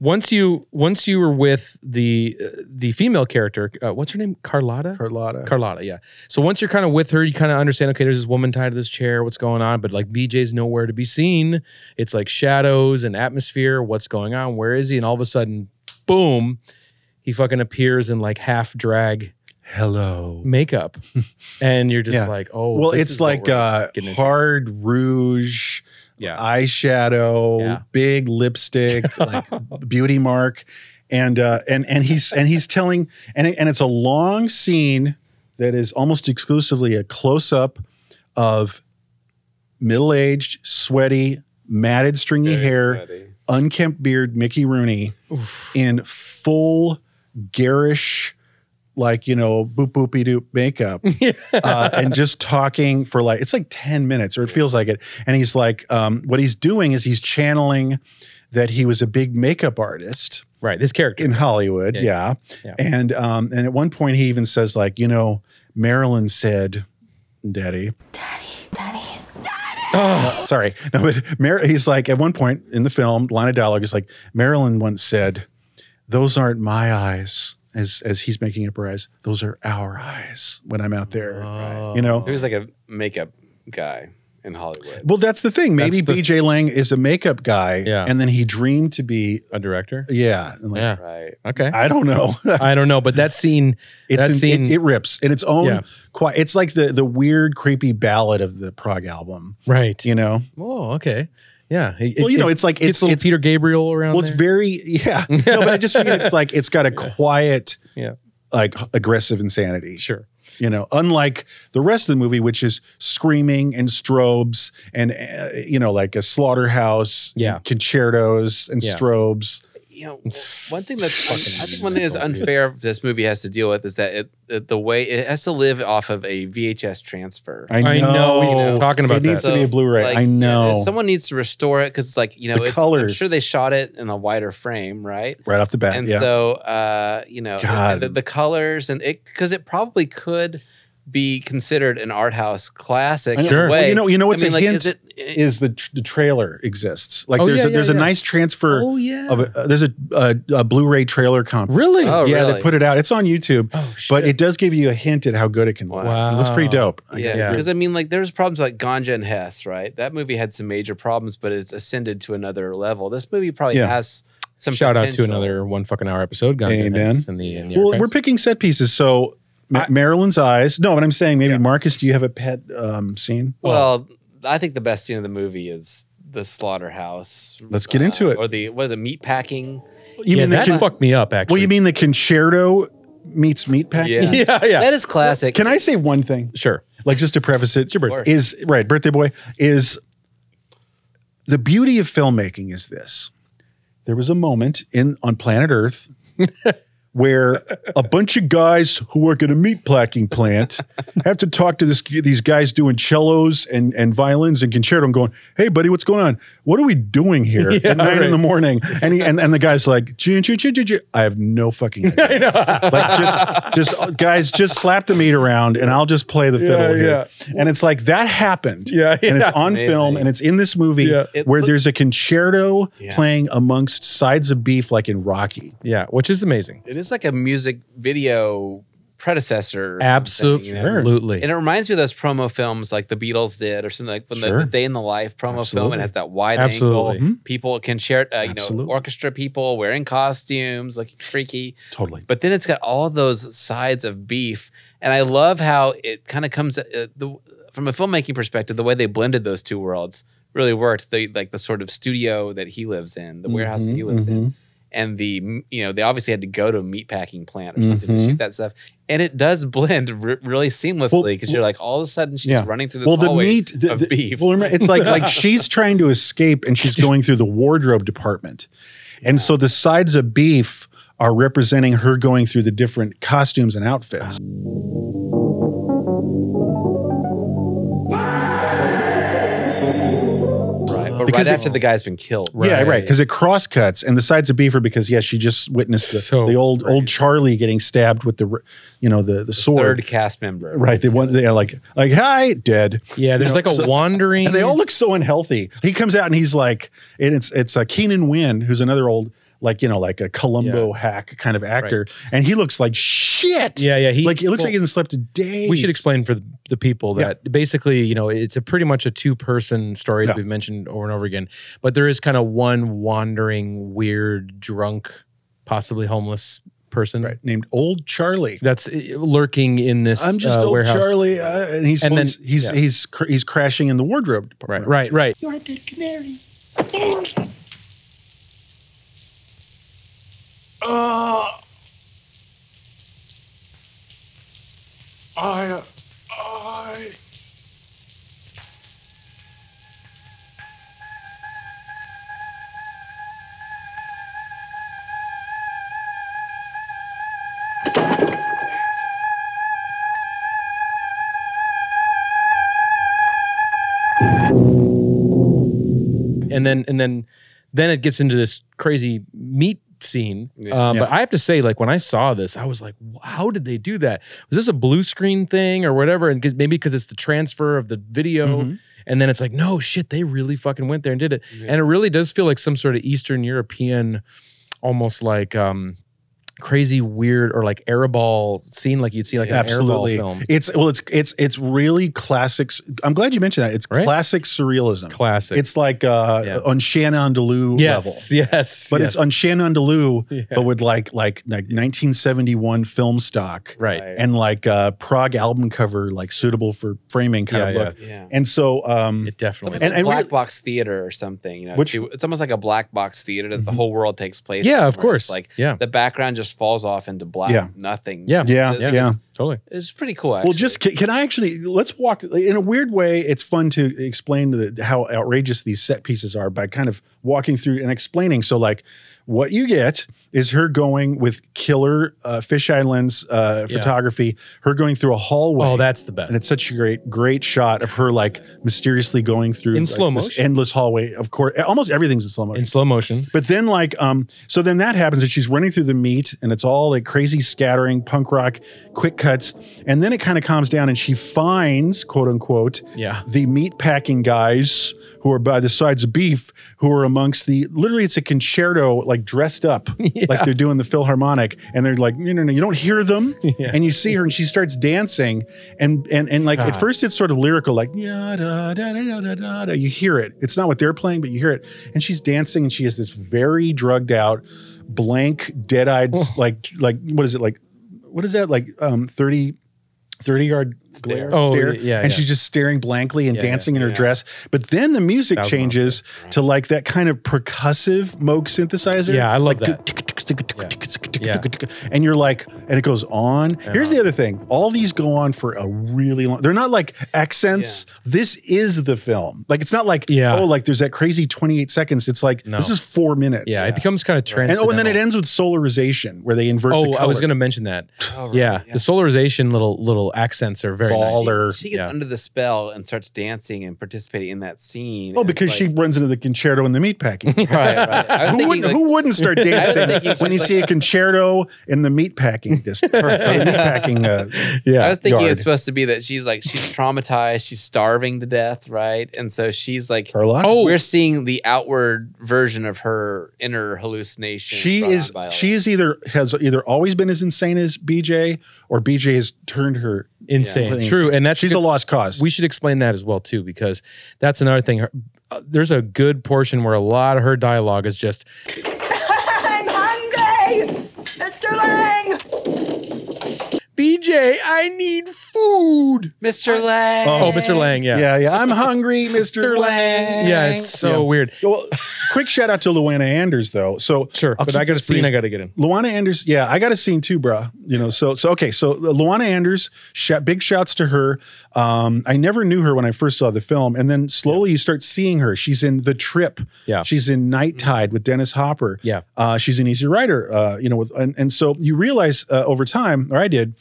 Speaker 2: once you once you were with the uh, the female character, uh, what's her name? Carlotta.
Speaker 1: Carlotta.
Speaker 2: Carlotta, yeah. So once you're kind of with her, you kind of understand. Okay, there's this woman tied to this chair. What's going on? But like BJ's nowhere to be seen. It's like shadows and atmosphere. What's going on? Where is he? And all of a sudden, boom, he fucking appears in like half drag
Speaker 1: Hello.
Speaker 2: makeup, and you're just
Speaker 1: Yeah.
Speaker 2: like, oh,
Speaker 1: well,
Speaker 2: this
Speaker 1: it's
Speaker 2: is what
Speaker 1: like
Speaker 2: we're
Speaker 1: uh,
Speaker 2: getting into.
Speaker 1: hard rouge,
Speaker 2: yeah,
Speaker 1: eyeshadow,
Speaker 2: Yeah.
Speaker 1: big lipstick, like beauty mark, and uh, and and he's and he's telling and it- and it's a long scene that is almost exclusively a close up of middle aged, sweaty, matted, stringy hair, unkempt beard, Mickey Rooney in full garish. Like you know, boop boopy doop makeup, uh, and just talking for like it's like 10 minutes or it feels like it and he's like um, what he's doing is he's channeling that he was a big makeup artist
Speaker 2: right. This character,
Speaker 1: in hollywood
Speaker 2: Yeah,
Speaker 1: yeah,
Speaker 2: yeah.
Speaker 1: and um, and at one point he even says like you know marilyn said daddy
Speaker 2: oh,
Speaker 1: sorry no but Mar- he's like at one point in the film line of dialogue is like marilyn once said those aren't my eyes as as he's making up her eyes those are our eyes when i'm out there
Speaker 2: Oh.
Speaker 1: you know
Speaker 4: He was like a makeup guy in Hollywood.
Speaker 1: Well, that's the thing. Maybe
Speaker 2: That's
Speaker 1: BJ Lang is a makeup guy,
Speaker 2: Yeah.
Speaker 1: and then he dreamed to be,
Speaker 2: a director.
Speaker 1: yeah. and like,
Speaker 2: Yeah.
Speaker 4: Right.
Speaker 2: Okay.
Speaker 1: I don't know.
Speaker 2: I don't know, but that scene,
Speaker 1: it's
Speaker 2: that
Speaker 1: an-
Speaker 2: scene,
Speaker 1: it, it rips in its own
Speaker 2: Yeah.
Speaker 1: qui- It's like the the weird, creepy ballad of the prog album.
Speaker 2: right?
Speaker 1: You know.
Speaker 2: Oh, okay. Yeah. It-
Speaker 1: well, you
Speaker 2: it-
Speaker 1: know,
Speaker 2: it
Speaker 1: it's like
Speaker 2: gets
Speaker 1: it's
Speaker 2: little
Speaker 1: it's
Speaker 2: Peter Gabriel around.
Speaker 1: well, it's
Speaker 2: there.
Speaker 1: very yeah. No, but I just mean it's like it's got a quiet,
Speaker 2: Yeah.
Speaker 1: like aggressive insanity.
Speaker 2: sure.
Speaker 1: You know, unlike the rest of the movie, which is screaming and strobes and uh, you know, like a slaughterhouse,
Speaker 2: Yeah.
Speaker 1: concertos and
Speaker 2: Yeah.
Speaker 1: strobes.
Speaker 4: You know, one thing that's
Speaker 2: Fucking
Speaker 4: I think one thing that's
Speaker 2: mental, dude.
Speaker 4: unfair this movie has to deal with is that it, it the way it has to live off of a VHS transfer.
Speaker 1: I know.
Speaker 2: I know, we were talking about
Speaker 1: it needs
Speaker 2: that.
Speaker 1: to be a Blu-ray.
Speaker 4: like,
Speaker 1: I know.
Speaker 4: yeah, someone needs to restore it because, like, you know,
Speaker 1: The
Speaker 4: it's,
Speaker 1: colors.
Speaker 4: I'm sure they shot it in a wider frame, right?
Speaker 1: right off the bat.
Speaker 4: and
Speaker 1: yeah.
Speaker 4: so uh, you know
Speaker 1: God.
Speaker 4: The, the colors and it because it probably could be considered an art house classic
Speaker 1: I know.
Speaker 4: in
Speaker 2: Sure.
Speaker 4: a
Speaker 1: Well,
Speaker 4: way.
Speaker 1: you know, you know what's
Speaker 4: I mean,
Speaker 1: a
Speaker 4: like,
Speaker 1: hint
Speaker 4: is
Speaker 1: is,
Speaker 4: it, eh,
Speaker 1: the tr- the trailer exists. Like
Speaker 2: Oh,
Speaker 1: there's a,
Speaker 2: yeah,
Speaker 1: there's
Speaker 2: yeah,
Speaker 1: a
Speaker 2: yeah.
Speaker 1: nice transfer
Speaker 2: Oh yeah.
Speaker 1: of a, uh, there's a, a a Blu-ray trailer comp.
Speaker 2: really?
Speaker 4: Oh,
Speaker 1: yeah,
Speaker 4: really?
Speaker 1: they put it out. It's on YouTube,
Speaker 2: Oh, shit.
Speaker 1: but it does give you a hint at how good it can look.
Speaker 2: Wow.
Speaker 1: It looks pretty dope. I
Speaker 4: yeah,
Speaker 2: Yeah.
Speaker 4: because I mean, like, there's problems like Ganja and Hess, right? That movie had some major problems, but it's ascended to another level. This movie probably
Speaker 1: Yeah.
Speaker 4: has some
Speaker 2: shout out to
Speaker 4: potential.
Speaker 2: another one fucking hour episode. Gone
Speaker 1: Amen.
Speaker 2: Goodness In the, in the
Speaker 1: Well,
Speaker 2: archives.
Speaker 1: we're picking set pieces, so Ma-
Speaker 2: I-
Speaker 1: Marilyn's eyes. No, but I'm saying maybe
Speaker 2: Yeah.
Speaker 1: Marcus. Do you have a pet um, scene?
Speaker 4: Well, I think the best scene of the movie is the slaughterhouse. uh,
Speaker 1: Let's get into it.
Speaker 4: Or the what are the meat packing?
Speaker 1: You
Speaker 2: yeah,
Speaker 1: mean the
Speaker 2: that
Speaker 1: con-
Speaker 2: fucked me up actually.
Speaker 1: well, you mean the concerto meets meat pack?
Speaker 4: Yeah.
Speaker 2: yeah, yeah.
Speaker 4: That is classic.
Speaker 1: Can I say one thing?
Speaker 2: sure.
Speaker 1: like just to preface it,
Speaker 2: your birthday.
Speaker 1: is right, birthday boy is the beauty of filmmaking is this. There was a moment in on planet Earth where a bunch of guys who work at a meat packing plant have to talk to this these guys doing cellos and and violins and concerto and going, "Hey buddy, what's going on? What are we doing here
Speaker 2: Yeah,
Speaker 1: at nine
Speaker 2: right.
Speaker 1: in the morning?" And he, and and the guy's like, "Chin, chin, chin, chin, chin." "I have no fucking idea." like just just guys just slap the meat around and i'll just play the fiddle here and it's like that happened
Speaker 2: Yeah,
Speaker 1: and it's
Speaker 2: yeah.
Speaker 1: on
Speaker 4: Amazing.
Speaker 1: film and it's in this movie
Speaker 2: Yeah.
Speaker 4: It
Speaker 1: where
Speaker 4: look-
Speaker 1: there's a concerto
Speaker 4: Yeah.
Speaker 1: playing amongst sides of beef like in rocky
Speaker 2: Yeah, which is amazing.
Speaker 4: It is like a music video predecessor. or something, you know?
Speaker 2: Absolutely.
Speaker 4: And it reminds me of those promo films like the Beatles did or something like when
Speaker 1: Sure.
Speaker 4: the, the Day in the Life promo film.
Speaker 1: Absolutely.
Speaker 4: It has that wide
Speaker 2: Absolutely.
Speaker 4: angle. People can share, uh, you know,
Speaker 1: Absolutely.
Speaker 4: orchestra people wearing costumes, looking freaky.
Speaker 1: totally
Speaker 4: But then it's got all those sides of beef. And I love how it kind of comes uh, the, from a filmmaking perspective, the way they blended those two worlds really worked. They like the sort of studio that he lives in, the warehouse
Speaker 1: Mm-hmm.
Speaker 4: that he lives in and the you know they obviously had to go to a meat packing plant or something to
Speaker 1: Mhm.
Speaker 4: shoot that stuff and it does blend r- really seamlessly because you're like all of a sudden she's
Speaker 1: Yeah.
Speaker 4: running through this
Speaker 1: well the
Speaker 4: hallway
Speaker 1: meat the,
Speaker 4: of
Speaker 1: the-
Speaker 4: beef
Speaker 1: well, remember, it's like like she's trying to escape and she's going through the wardrobe department and so the sides of beef are representing her going through the different costumes and outfits
Speaker 4: Ah, right but
Speaker 1: Because
Speaker 4: right
Speaker 1: it-
Speaker 4: after the guy's been killed
Speaker 1: Yeah, right.
Speaker 2: Right.
Speaker 1: Because it cross cuts, and the sides of beef are because yeah, she just witnessed the,
Speaker 2: So
Speaker 1: the old
Speaker 2: crazy.
Speaker 1: old Charlie getting stabbed with the, r- you know, the the, sword.
Speaker 4: third cast member
Speaker 1: Right. They want they're like like hi dead,
Speaker 2: yeah, there's
Speaker 1: you know,
Speaker 2: like a
Speaker 1: so-
Speaker 2: wandering.
Speaker 1: and they all look so unhealthy. He comes out and he's like, and it's it's uh, Keenan Wynn, who's another old like you know like a Columbo hack kind of actor, and he looks like shit.
Speaker 2: Yeah, yeah. He
Speaker 1: like it looks
Speaker 2: well,
Speaker 1: like he hasn't slept a day.
Speaker 2: We should explain for the- the people
Speaker 1: Yeah.
Speaker 2: that basically, you know, it's a pretty much a two-person story as
Speaker 1: Yeah.
Speaker 2: we've mentioned over and over again. But there is kind of one wandering, weird, drunk possibly homeless person
Speaker 1: right, named Old Charlie.
Speaker 2: that's uh, lurking in this
Speaker 1: I'm just
Speaker 2: uh,
Speaker 1: old
Speaker 2: warehouse.
Speaker 1: Charlie, uh, and he's
Speaker 2: And then-
Speaker 1: he's he's,
Speaker 2: yeah.
Speaker 1: he's cr- he's crashing in the wardrobe
Speaker 2: Right,
Speaker 1: department.
Speaker 2: right, right.
Speaker 5: You're a dead canary.
Speaker 6: Uh, I, uh, I.
Speaker 2: and then and then then it gets into this crazy meat scene.
Speaker 4: Yeah.
Speaker 2: Um, But
Speaker 1: Yeah.
Speaker 2: I have to say, like when I saw this, I was like, "Wh- "How did they do that? Was this a blue screen thing or whatever?" And 'cause- maybe because it's the transfer of the video,
Speaker 1: Mhm.
Speaker 2: and then it's like, "No shit, they really fucking went there and did it."
Speaker 4: Yeah.
Speaker 2: And it really does feel like some sort of Eastern European, almost like um, crazy weird or like Araball scene, like you'd see like an Araball
Speaker 1: Absolutely.
Speaker 2: film.
Speaker 1: It's well, it's it's it's really classics. I'm glad you mentioned that. It's
Speaker 2: Right?
Speaker 1: classic surrealism.
Speaker 2: Classic.
Speaker 1: It's like uh,
Speaker 2: Yeah.
Speaker 1: on Shannon Deleu level.
Speaker 2: yes, yes,
Speaker 1: But
Speaker 2: yes.
Speaker 1: it's on Shannon Deleu,
Speaker 2: Yeah.
Speaker 1: but with like like like 1971 film stock
Speaker 2: right.
Speaker 1: and like uh Prague album cover, like suitable for framing kind
Speaker 2: Yeah,
Speaker 1: of
Speaker 2: yeah.
Speaker 1: look.
Speaker 4: Yeah.
Speaker 1: And so, um,
Speaker 2: It
Speaker 4: It's almost
Speaker 2: definitely.
Speaker 1: And-
Speaker 4: like
Speaker 1: and
Speaker 4: black
Speaker 1: really-
Speaker 4: box theater or something, you know.
Speaker 1: Which-
Speaker 4: too. it's almost like a black box theater that the
Speaker 1: Mhm.
Speaker 4: whole world takes place. in,
Speaker 2: yeah, of
Speaker 4: where it's
Speaker 2: course.
Speaker 4: Like
Speaker 2: Like yeah,
Speaker 4: the background just falls off into black.
Speaker 1: Yeah.
Speaker 4: Nothing.
Speaker 2: Yeah.
Speaker 1: yeah,
Speaker 4: Just-
Speaker 1: yeah.
Speaker 4: just-
Speaker 2: totally.
Speaker 4: It's pretty cool.
Speaker 1: Well,
Speaker 4: Actually.
Speaker 1: just can, can I actually let's walk in a weird way. It's fun to explain the, how outrageous these set pieces are by kind of walking through and explaining. So, like, what you get is her going with killer uh, Fish Islands uh,
Speaker 2: Yeah.
Speaker 1: photography. Her going through a hallway.
Speaker 2: Oh, that's the best.
Speaker 1: and it's such a great, great shot of her like mysteriously going through
Speaker 2: In
Speaker 1: like,
Speaker 2: slow
Speaker 1: this
Speaker 2: motion.
Speaker 1: endless hallway. Of course, almost everything's in slow motion.
Speaker 2: in slow motion.
Speaker 1: But then, like, um, so then that happens, and she's running through the meat, and it's all like crazy scattering, punk rock, quick cuts, and then it kind of calms down, and she finds, quote unquote,
Speaker 2: Yeah.
Speaker 1: the meat packing guys who are by the sides of beef, who are amongst the literally, it's a concerto, like dressed up, like they're doing the Philharmonic, and they're like, no, no, no, you don't hear them,
Speaker 2: Yeah.
Speaker 1: and you see her, and she starts dancing, and and and like at
Speaker 2: God.
Speaker 1: first it's sort of lyrical, like "Ya da da da da da da da. You hear it. It's not what they're playing, but you hear it, and she's dancing, and she has this very drugged out, blank, dead eyed,
Speaker 2: Oh.
Speaker 1: like like what is it like? What is that like? Um, 30, 30 yard
Speaker 4: Stare.
Speaker 1: glare,
Speaker 2: Oh,
Speaker 1: stare?
Speaker 2: yeah,
Speaker 1: and
Speaker 2: yeah.
Speaker 1: she's just staring blankly and
Speaker 2: Yeah, yeah,
Speaker 1: dancing in her
Speaker 4: yeah.
Speaker 1: dress. But then the music
Speaker 2: Thousand
Speaker 1: changes to like that kind of percussive Moog synthesizer.
Speaker 2: Yeah, I
Speaker 1: like,
Speaker 2: love that. Yeah.
Speaker 1: And you're like, and it goes on. Here's
Speaker 2: on.
Speaker 1: the other thing: all these go on for a really long. They're not like accents. This is the film. Like it's not like
Speaker 2: Yeah.
Speaker 1: oh, like there's that crazy 28 seconds. It's like
Speaker 2: No.
Speaker 1: this is four minutes.
Speaker 2: Yeah, it becomes kind of
Speaker 1: And
Speaker 2: transcendental.
Speaker 1: oh, and then it ends with solarization where they invert. the
Speaker 2: Oh,
Speaker 1: color.
Speaker 2: I was going to mention that.
Speaker 4: Oh, right,
Speaker 2: Yeah, the solarization little little accents are very nice.
Speaker 1: Baller.
Speaker 4: She gets
Speaker 2: Yeah.
Speaker 4: under the spell and starts dancing and participating in that scene.
Speaker 1: Oh,
Speaker 4: and
Speaker 1: because
Speaker 4: it's
Speaker 1: she runs into the concerto and the meatpacking.
Speaker 4: like, right, right. I
Speaker 1: who,
Speaker 4: was thinking,
Speaker 1: wouldn't,
Speaker 4: like,
Speaker 1: who wouldn't start dancing
Speaker 4: thinking
Speaker 1: when you
Speaker 4: she's
Speaker 1: see a concerto in the meatpacking district? or the meatpacking, uh,
Speaker 2: Yeah,
Speaker 4: I was thinking
Speaker 2: yard.
Speaker 4: it's supposed to be that she's like she's traumatized, she's starving to death, right? And so she's like,
Speaker 1: Carlotta?
Speaker 2: Oh.
Speaker 4: we're seeing the outward version of her inner hallucination.
Speaker 1: she
Speaker 4: brought
Speaker 1: is
Speaker 4: on by all
Speaker 1: she is either has either always been as insane as BJ or BJ has turned her.
Speaker 2: insane.
Speaker 1: Yeah.
Speaker 2: True, and that's
Speaker 1: she's
Speaker 2: good-
Speaker 1: a lost cause.
Speaker 2: We should explain that as well too, because that's another thing. Her- uh, There's a good portion where a lot of her dialogue is just
Speaker 5: I'm hungry! Mr. Lang!
Speaker 2: BJ, I need food.
Speaker 4: that. Mr. Lang.
Speaker 1: uh,
Speaker 2: Oh, Mr. Lang, yeah.
Speaker 1: yeah, yeah. I'm hungry, Mr. Lang.
Speaker 2: Yeah, it's so weird.
Speaker 1: Yeah. Well, quick shout out to Luana Anders though. So
Speaker 2: Sure,
Speaker 1: I'll
Speaker 2: but
Speaker 1: keep
Speaker 2: I got a
Speaker 1: this
Speaker 2: scene
Speaker 1: brief.
Speaker 2: I got to get in.
Speaker 1: Luana Anders, yeah, I got a scene too, bruh. You know, so so okay, so uh, Luana Anders, sh- big shouts to her. Um, I never knew her when I first saw the film, and then slowly you start seeing her. She's in The Trip,
Speaker 2: Yeah.
Speaker 1: She's in Night Tide with Dennis Hopper,
Speaker 2: Yeah.
Speaker 1: Uh, she's an Easy Rider, uh, you know, with, and and so you realize uh, over time, or I did,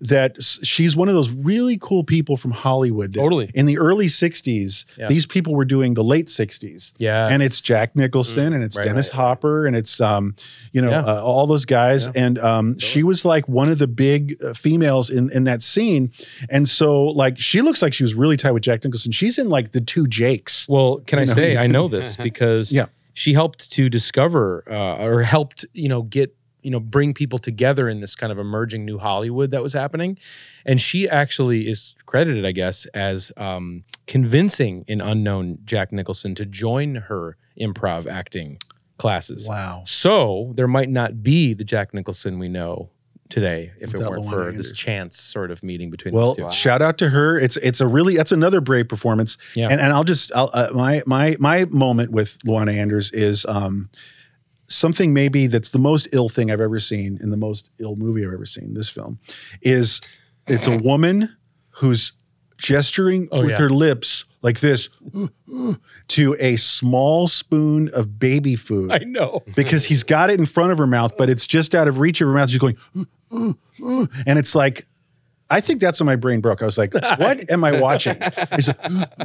Speaker 1: that s- she's one of those really cool people from Hollywood. That
Speaker 2: Totally.
Speaker 1: In the early '60s,
Speaker 2: Yeah.
Speaker 1: these people were doing the late '60s
Speaker 2: Yeah,
Speaker 1: and it's Jack Nicholson and it's
Speaker 2: Mm-hmm. Right,
Speaker 1: Dennis
Speaker 2: right.
Speaker 1: Hopper and it's um you know
Speaker 2: Yeah.
Speaker 1: uh, all those guys and um she was like one of the big uh, females in in that scene and so like she looks like she was really tight with Jack Nicholson she's in like the two Jakes
Speaker 2: Well, can I
Speaker 1: You know?
Speaker 2: say I know this because
Speaker 1: Yeah.
Speaker 2: she helped to discover uh, or helped you know get you know bring people together in this kind of emerging new Hollywood that was happening, and she actually is credited, I guess, as um, convincing an unknown Jack Nicholson to join her improv acting classes.
Speaker 1: Wow.
Speaker 2: So there might not be the Jack Nicholson we know today if it
Speaker 1: Without
Speaker 2: weren't
Speaker 1: Luana
Speaker 2: for
Speaker 1: Anderson.
Speaker 2: this chance sort of meeting between
Speaker 1: Well,
Speaker 2: the two.
Speaker 1: shout out to her. It's it's a really that's another brave performance.
Speaker 2: Yeah.
Speaker 1: And and I'll just I'll, uh, my my my moment with Luana Anders is um something maybe that's the most ill thing I've ever seen in the most ill movie I've ever seen. This film is it's a woman who's gesturing
Speaker 2: Oh,
Speaker 1: with
Speaker 2: yeah.
Speaker 1: her lips like this to a small spoon of baby food
Speaker 2: I know.
Speaker 1: because he's got it in front of her mouth, but it's just out of reach of her mouth. She's going, "Ooh, ooh, ooh," and it's like, I think that's when my brain broke. I was like, what am I watching? It's like, "Ooh,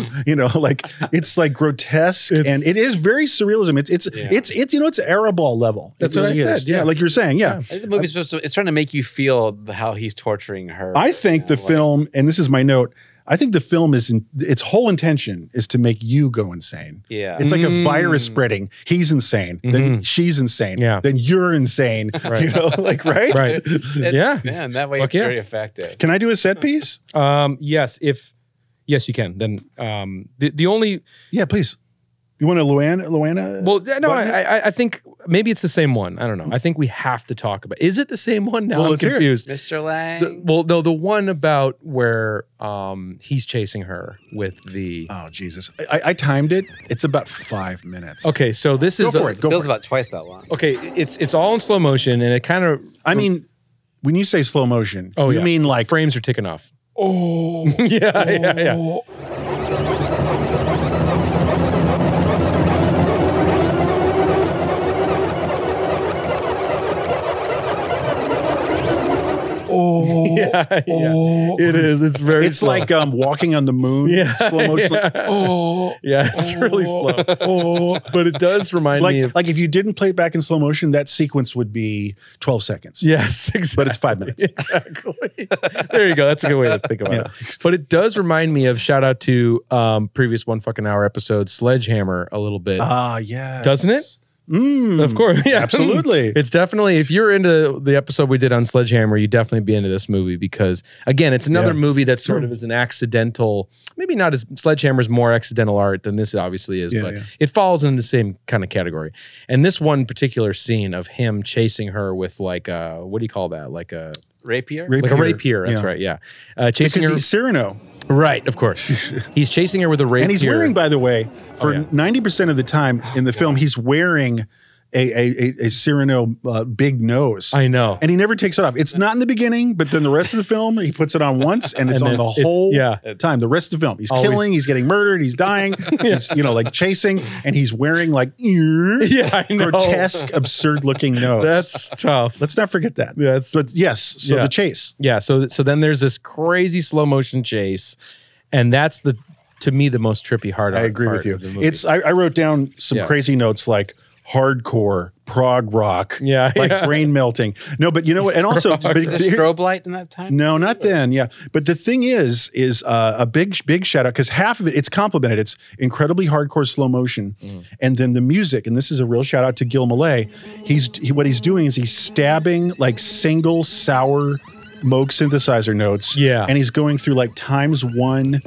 Speaker 1: ooh," you know, like it's like grotesque
Speaker 2: It's-
Speaker 1: and it is very surrealism. It's, it's,
Speaker 4: Yeah.
Speaker 1: it's, it's, you know, it's Araball level.
Speaker 2: That's
Speaker 1: It
Speaker 2: what I
Speaker 1: really
Speaker 2: said, yeah.
Speaker 1: Like you're saying. Yeah.
Speaker 2: Yeah.
Speaker 4: I think the movie's supposed to, it's trying to make you feel the- how he's torturing her.
Speaker 1: I think
Speaker 4: you know,
Speaker 1: the
Speaker 4: like-
Speaker 1: film, and this is my note. I think the film is in, its whole intention is to make you go insane.
Speaker 4: Yeah.
Speaker 1: It's like a
Speaker 2: Mm. Mm-hmm.
Speaker 1: virus spreading. He's insane. Then she's insane.
Speaker 2: Yeah.
Speaker 1: Then you're insane.
Speaker 2: Right.
Speaker 1: You know, like right?
Speaker 2: Right.
Speaker 4: It-
Speaker 2: yeah.
Speaker 4: Yeah. And that way
Speaker 2: Fuck
Speaker 4: it's
Speaker 2: yeah.
Speaker 4: very effective.
Speaker 1: Can I do a set piece?
Speaker 2: Um, yes, if yes, you can. Then um, the the only
Speaker 1: Yeah, please. You want a Luana? Luana?
Speaker 2: well, no,
Speaker 1: Button
Speaker 2: I, I I think maybe it's the same one. I don't know. I think we have to talk about. Is it the same one? Now
Speaker 1: Well,
Speaker 2: I'm
Speaker 1: let's hear it.
Speaker 2: confused.
Speaker 4: Mr. Lang.
Speaker 2: The- well, no, the one about where um, he's chasing her with the.
Speaker 1: oh Jesus! I- I, I timed it. It's about five minutes.
Speaker 2: Okay, so this
Speaker 1: Go
Speaker 2: is
Speaker 1: for it. Go
Speaker 4: Bill's
Speaker 1: for it.
Speaker 4: about twice that long.
Speaker 2: okay. It's it's all in slow motion, and it kind of
Speaker 1: I mean, when you say slow motion,
Speaker 2: Oh,
Speaker 1: you
Speaker 2: yeah.
Speaker 1: mean like
Speaker 2: frames are ticking off.
Speaker 1: oh
Speaker 2: yeah, yeah, yeah.
Speaker 1: oh
Speaker 2: yeah, yeah.
Speaker 1: oh.
Speaker 2: It is. It's very.
Speaker 1: It's
Speaker 2: slow.
Speaker 1: like um walking on the moon.
Speaker 2: yeah,
Speaker 1: slow motion.
Speaker 2: Yeah.
Speaker 1: Oh,
Speaker 2: Yeah, it's really slow.
Speaker 1: oh.
Speaker 2: But it does remind me
Speaker 1: Like,
Speaker 2: of
Speaker 1: like if you didn't play it back in slow motion, that sequence would be 12 seconds.
Speaker 2: yes, exactly.
Speaker 1: But it's five minutes.
Speaker 2: exactly. there you go. That's a good way to think about
Speaker 1: Yeah.
Speaker 2: it. But it does remind me of shout out to um, previous one fucking hour episode Sledgehammer a little bit.
Speaker 1: Ah, yeah.
Speaker 2: Doesn't it?
Speaker 1: Mm,
Speaker 2: of course, yeah,
Speaker 1: absolutely.
Speaker 2: It's definitely if you're into the episode we did on Sledgehammer, you definitely be into this movie because again, it's another
Speaker 1: Yeah.
Speaker 2: movie that sort of is an accidental. Maybe not as Sledgehammer's more accidental art than this obviously is,
Speaker 1: Yeah,
Speaker 2: but
Speaker 1: yeah.
Speaker 2: it falls in the same kind of category. And this one particular scene of him chasing her with like a what do you call that? Like a
Speaker 4: Rapier?
Speaker 2: like a rapier. That's
Speaker 1: Yeah.
Speaker 2: right. Yeah, uh, chasing
Speaker 1: Because
Speaker 2: her.
Speaker 1: he's Cyrano.
Speaker 2: Right, of course. he's chasing her with a rapier.
Speaker 1: And he's wearing, by the way, for
Speaker 2: Oh, yeah.
Speaker 1: 90% of the time in the film, he's wearing a, a, a, a Cyrano uh, big nose.
Speaker 2: I know.
Speaker 1: and he never takes it off. It's not in the beginning, but then the rest of the film, he puts it on once and it's
Speaker 2: And
Speaker 1: on the
Speaker 2: it's- it's-
Speaker 1: whole
Speaker 2: yeah.
Speaker 1: time. The rest of the film, he's
Speaker 2: Always.
Speaker 1: killing, he's getting murdered, he's dying, he's, you know, like chasing, and he's wearing like
Speaker 2: yeah, I know.
Speaker 1: grotesque, absurd looking nose.
Speaker 2: That's tough.
Speaker 1: Let's not forget that.
Speaker 2: That's
Speaker 1: But yes, so
Speaker 2: Yeah.
Speaker 1: the chase.
Speaker 2: yeah. So so then there's this crazy slow motion chase, and that's the to me the most trippy hard.
Speaker 1: I
Speaker 2: art
Speaker 1: agree
Speaker 2: part
Speaker 1: with you.
Speaker 2: of the movie.
Speaker 1: It's I, I wrote down some
Speaker 2: Yeah.
Speaker 1: crazy notes like hardcore, prog rock,
Speaker 2: yeah,
Speaker 1: like
Speaker 2: yeah.
Speaker 1: brain melting. No, but you know what? And also,
Speaker 2: Prog
Speaker 1: but,
Speaker 4: Is there strobe light in that time?
Speaker 1: No, not then. Yeah, but the thing is, is uh, a big, big shout out because half of it it's complimented. It's incredibly hardcore slow motion, and then the music. And this is a real shout out to Gil Malay. He's he, what he's doing is he's stabbing like single sour Moog synthesizer notes.
Speaker 2: Yeah.
Speaker 1: and he's going through like times one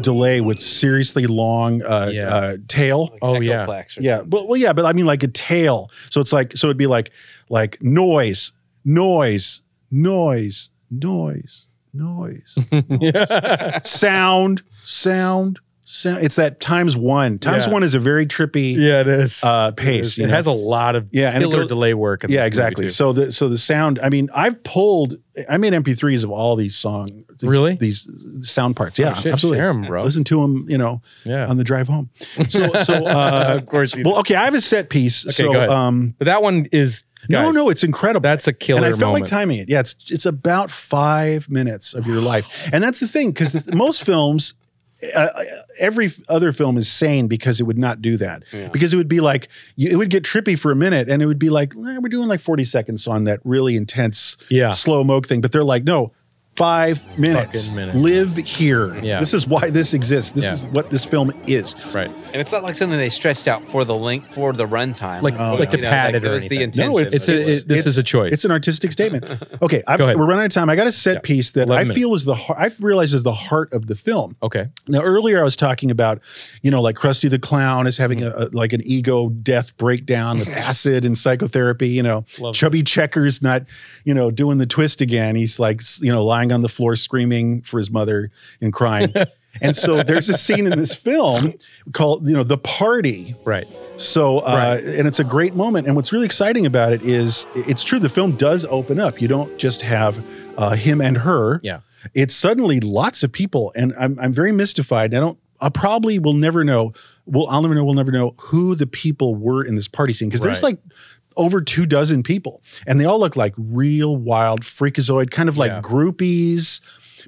Speaker 1: delay with seriously long uh,
Speaker 2: Yeah.
Speaker 1: uh, tail.
Speaker 4: Like
Speaker 2: Oh, yeah.
Speaker 4: Echoplex or
Speaker 1: Yeah, well, well, yeah, but I mean like a tail. So it's like so it'd be like like noise, noise, noise, noise, noise,
Speaker 2: yeah.
Speaker 1: sound, sound, sound. It's that times one. Times
Speaker 2: Yeah.
Speaker 1: one is a very trippy
Speaker 2: yeah, it is.
Speaker 1: uh,
Speaker 2: it
Speaker 1: pace.
Speaker 2: is.
Speaker 1: you
Speaker 2: It
Speaker 1: know?
Speaker 2: has a lot of
Speaker 1: yeah, and it
Speaker 2: killer
Speaker 1: goes-
Speaker 2: delay work. in
Speaker 1: yeah,
Speaker 2: this movie,
Speaker 1: exactly.
Speaker 2: too.
Speaker 1: So the so the sound. I mean, I've pulled. I made MP3s of all these songs.
Speaker 2: Really?
Speaker 1: These sound parts. Yeah,
Speaker 2: Oh, shit,
Speaker 1: absolutely.
Speaker 2: share 'em, bro.
Speaker 1: Listen to them. You know,
Speaker 2: yeah.
Speaker 1: on the drive home. So so uh,
Speaker 2: of course. You
Speaker 1: well, okay. I have a set piece. so
Speaker 2: go ahead.
Speaker 1: um.
Speaker 2: But that one is
Speaker 1: no,
Speaker 2: guys,
Speaker 1: no, it's incredible.
Speaker 2: that's a killer
Speaker 1: and I felt
Speaker 2: moment.
Speaker 1: like timing it. Yeah, it's it's about five minutes of your life, and that's the thing because most films, uh, every other film is sane because it would not do that because it would be like you, it would get trippy for a minute, and it would be like eh, we're doing like forty seconds on that really intense
Speaker 2: yeah.
Speaker 1: slow mo thing, but they're like no. five minutes.
Speaker 2: Fucking minutes.
Speaker 1: Live here.
Speaker 2: Yeah.
Speaker 1: This is why this exists. This
Speaker 2: Yeah.
Speaker 1: is what this film is.
Speaker 2: Right.
Speaker 4: And it's not like something they stretched out for the link for the runtime.
Speaker 2: Like-
Speaker 1: Oh, like
Speaker 2: to pad it or
Speaker 4: that was the
Speaker 2: anything.
Speaker 4: intention.
Speaker 1: No, it's-
Speaker 2: It's a,
Speaker 1: It's-
Speaker 2: it- this is a choice.
Speaker 1: It's an artistic statement. Okay, I've,
Speaker 2: Go ahead.
Speaker 1: we're running out of time. I got a set
Speaker 2: Yeah.
Speaker 1: piece that
Speaker 2: 11
Speaker 1: I feel is the heart, I realize is the heart of the film.
Speaker 2: okay.
Speaker 1: Now, earlier I was talking about, you know, like Krusty the Clown is having a, a- like an ego death breakdown with acid and psychotherapy. You know,
Speaker 2: Love it.
Speaker 1: Chubby Checker's not, you know, doing the twist again. He's like, s- you know, lying on the floor screaming for his mother and crying. and so there's a scene in this film called, you know, the party.
Speaker 2: Right.
Speaker 1: So, uh, and it's a great moment. And what's really exciting about it is, i- it's true. The film does open up. You don't just have uh, him and her
Speaker 2: Yeah.
Speaker 1: it's suddenly lots of people and I'm, I'm very mystified and i don't i probably will never know will i'll never know we'll never know who the people were in this party scene because there's
Speaker 2: Right.
Speaker 1: like over two dozen people and they all look like real wild freakazoid kind of like
Speaker 2: Yeah.
Speaker 1: groupies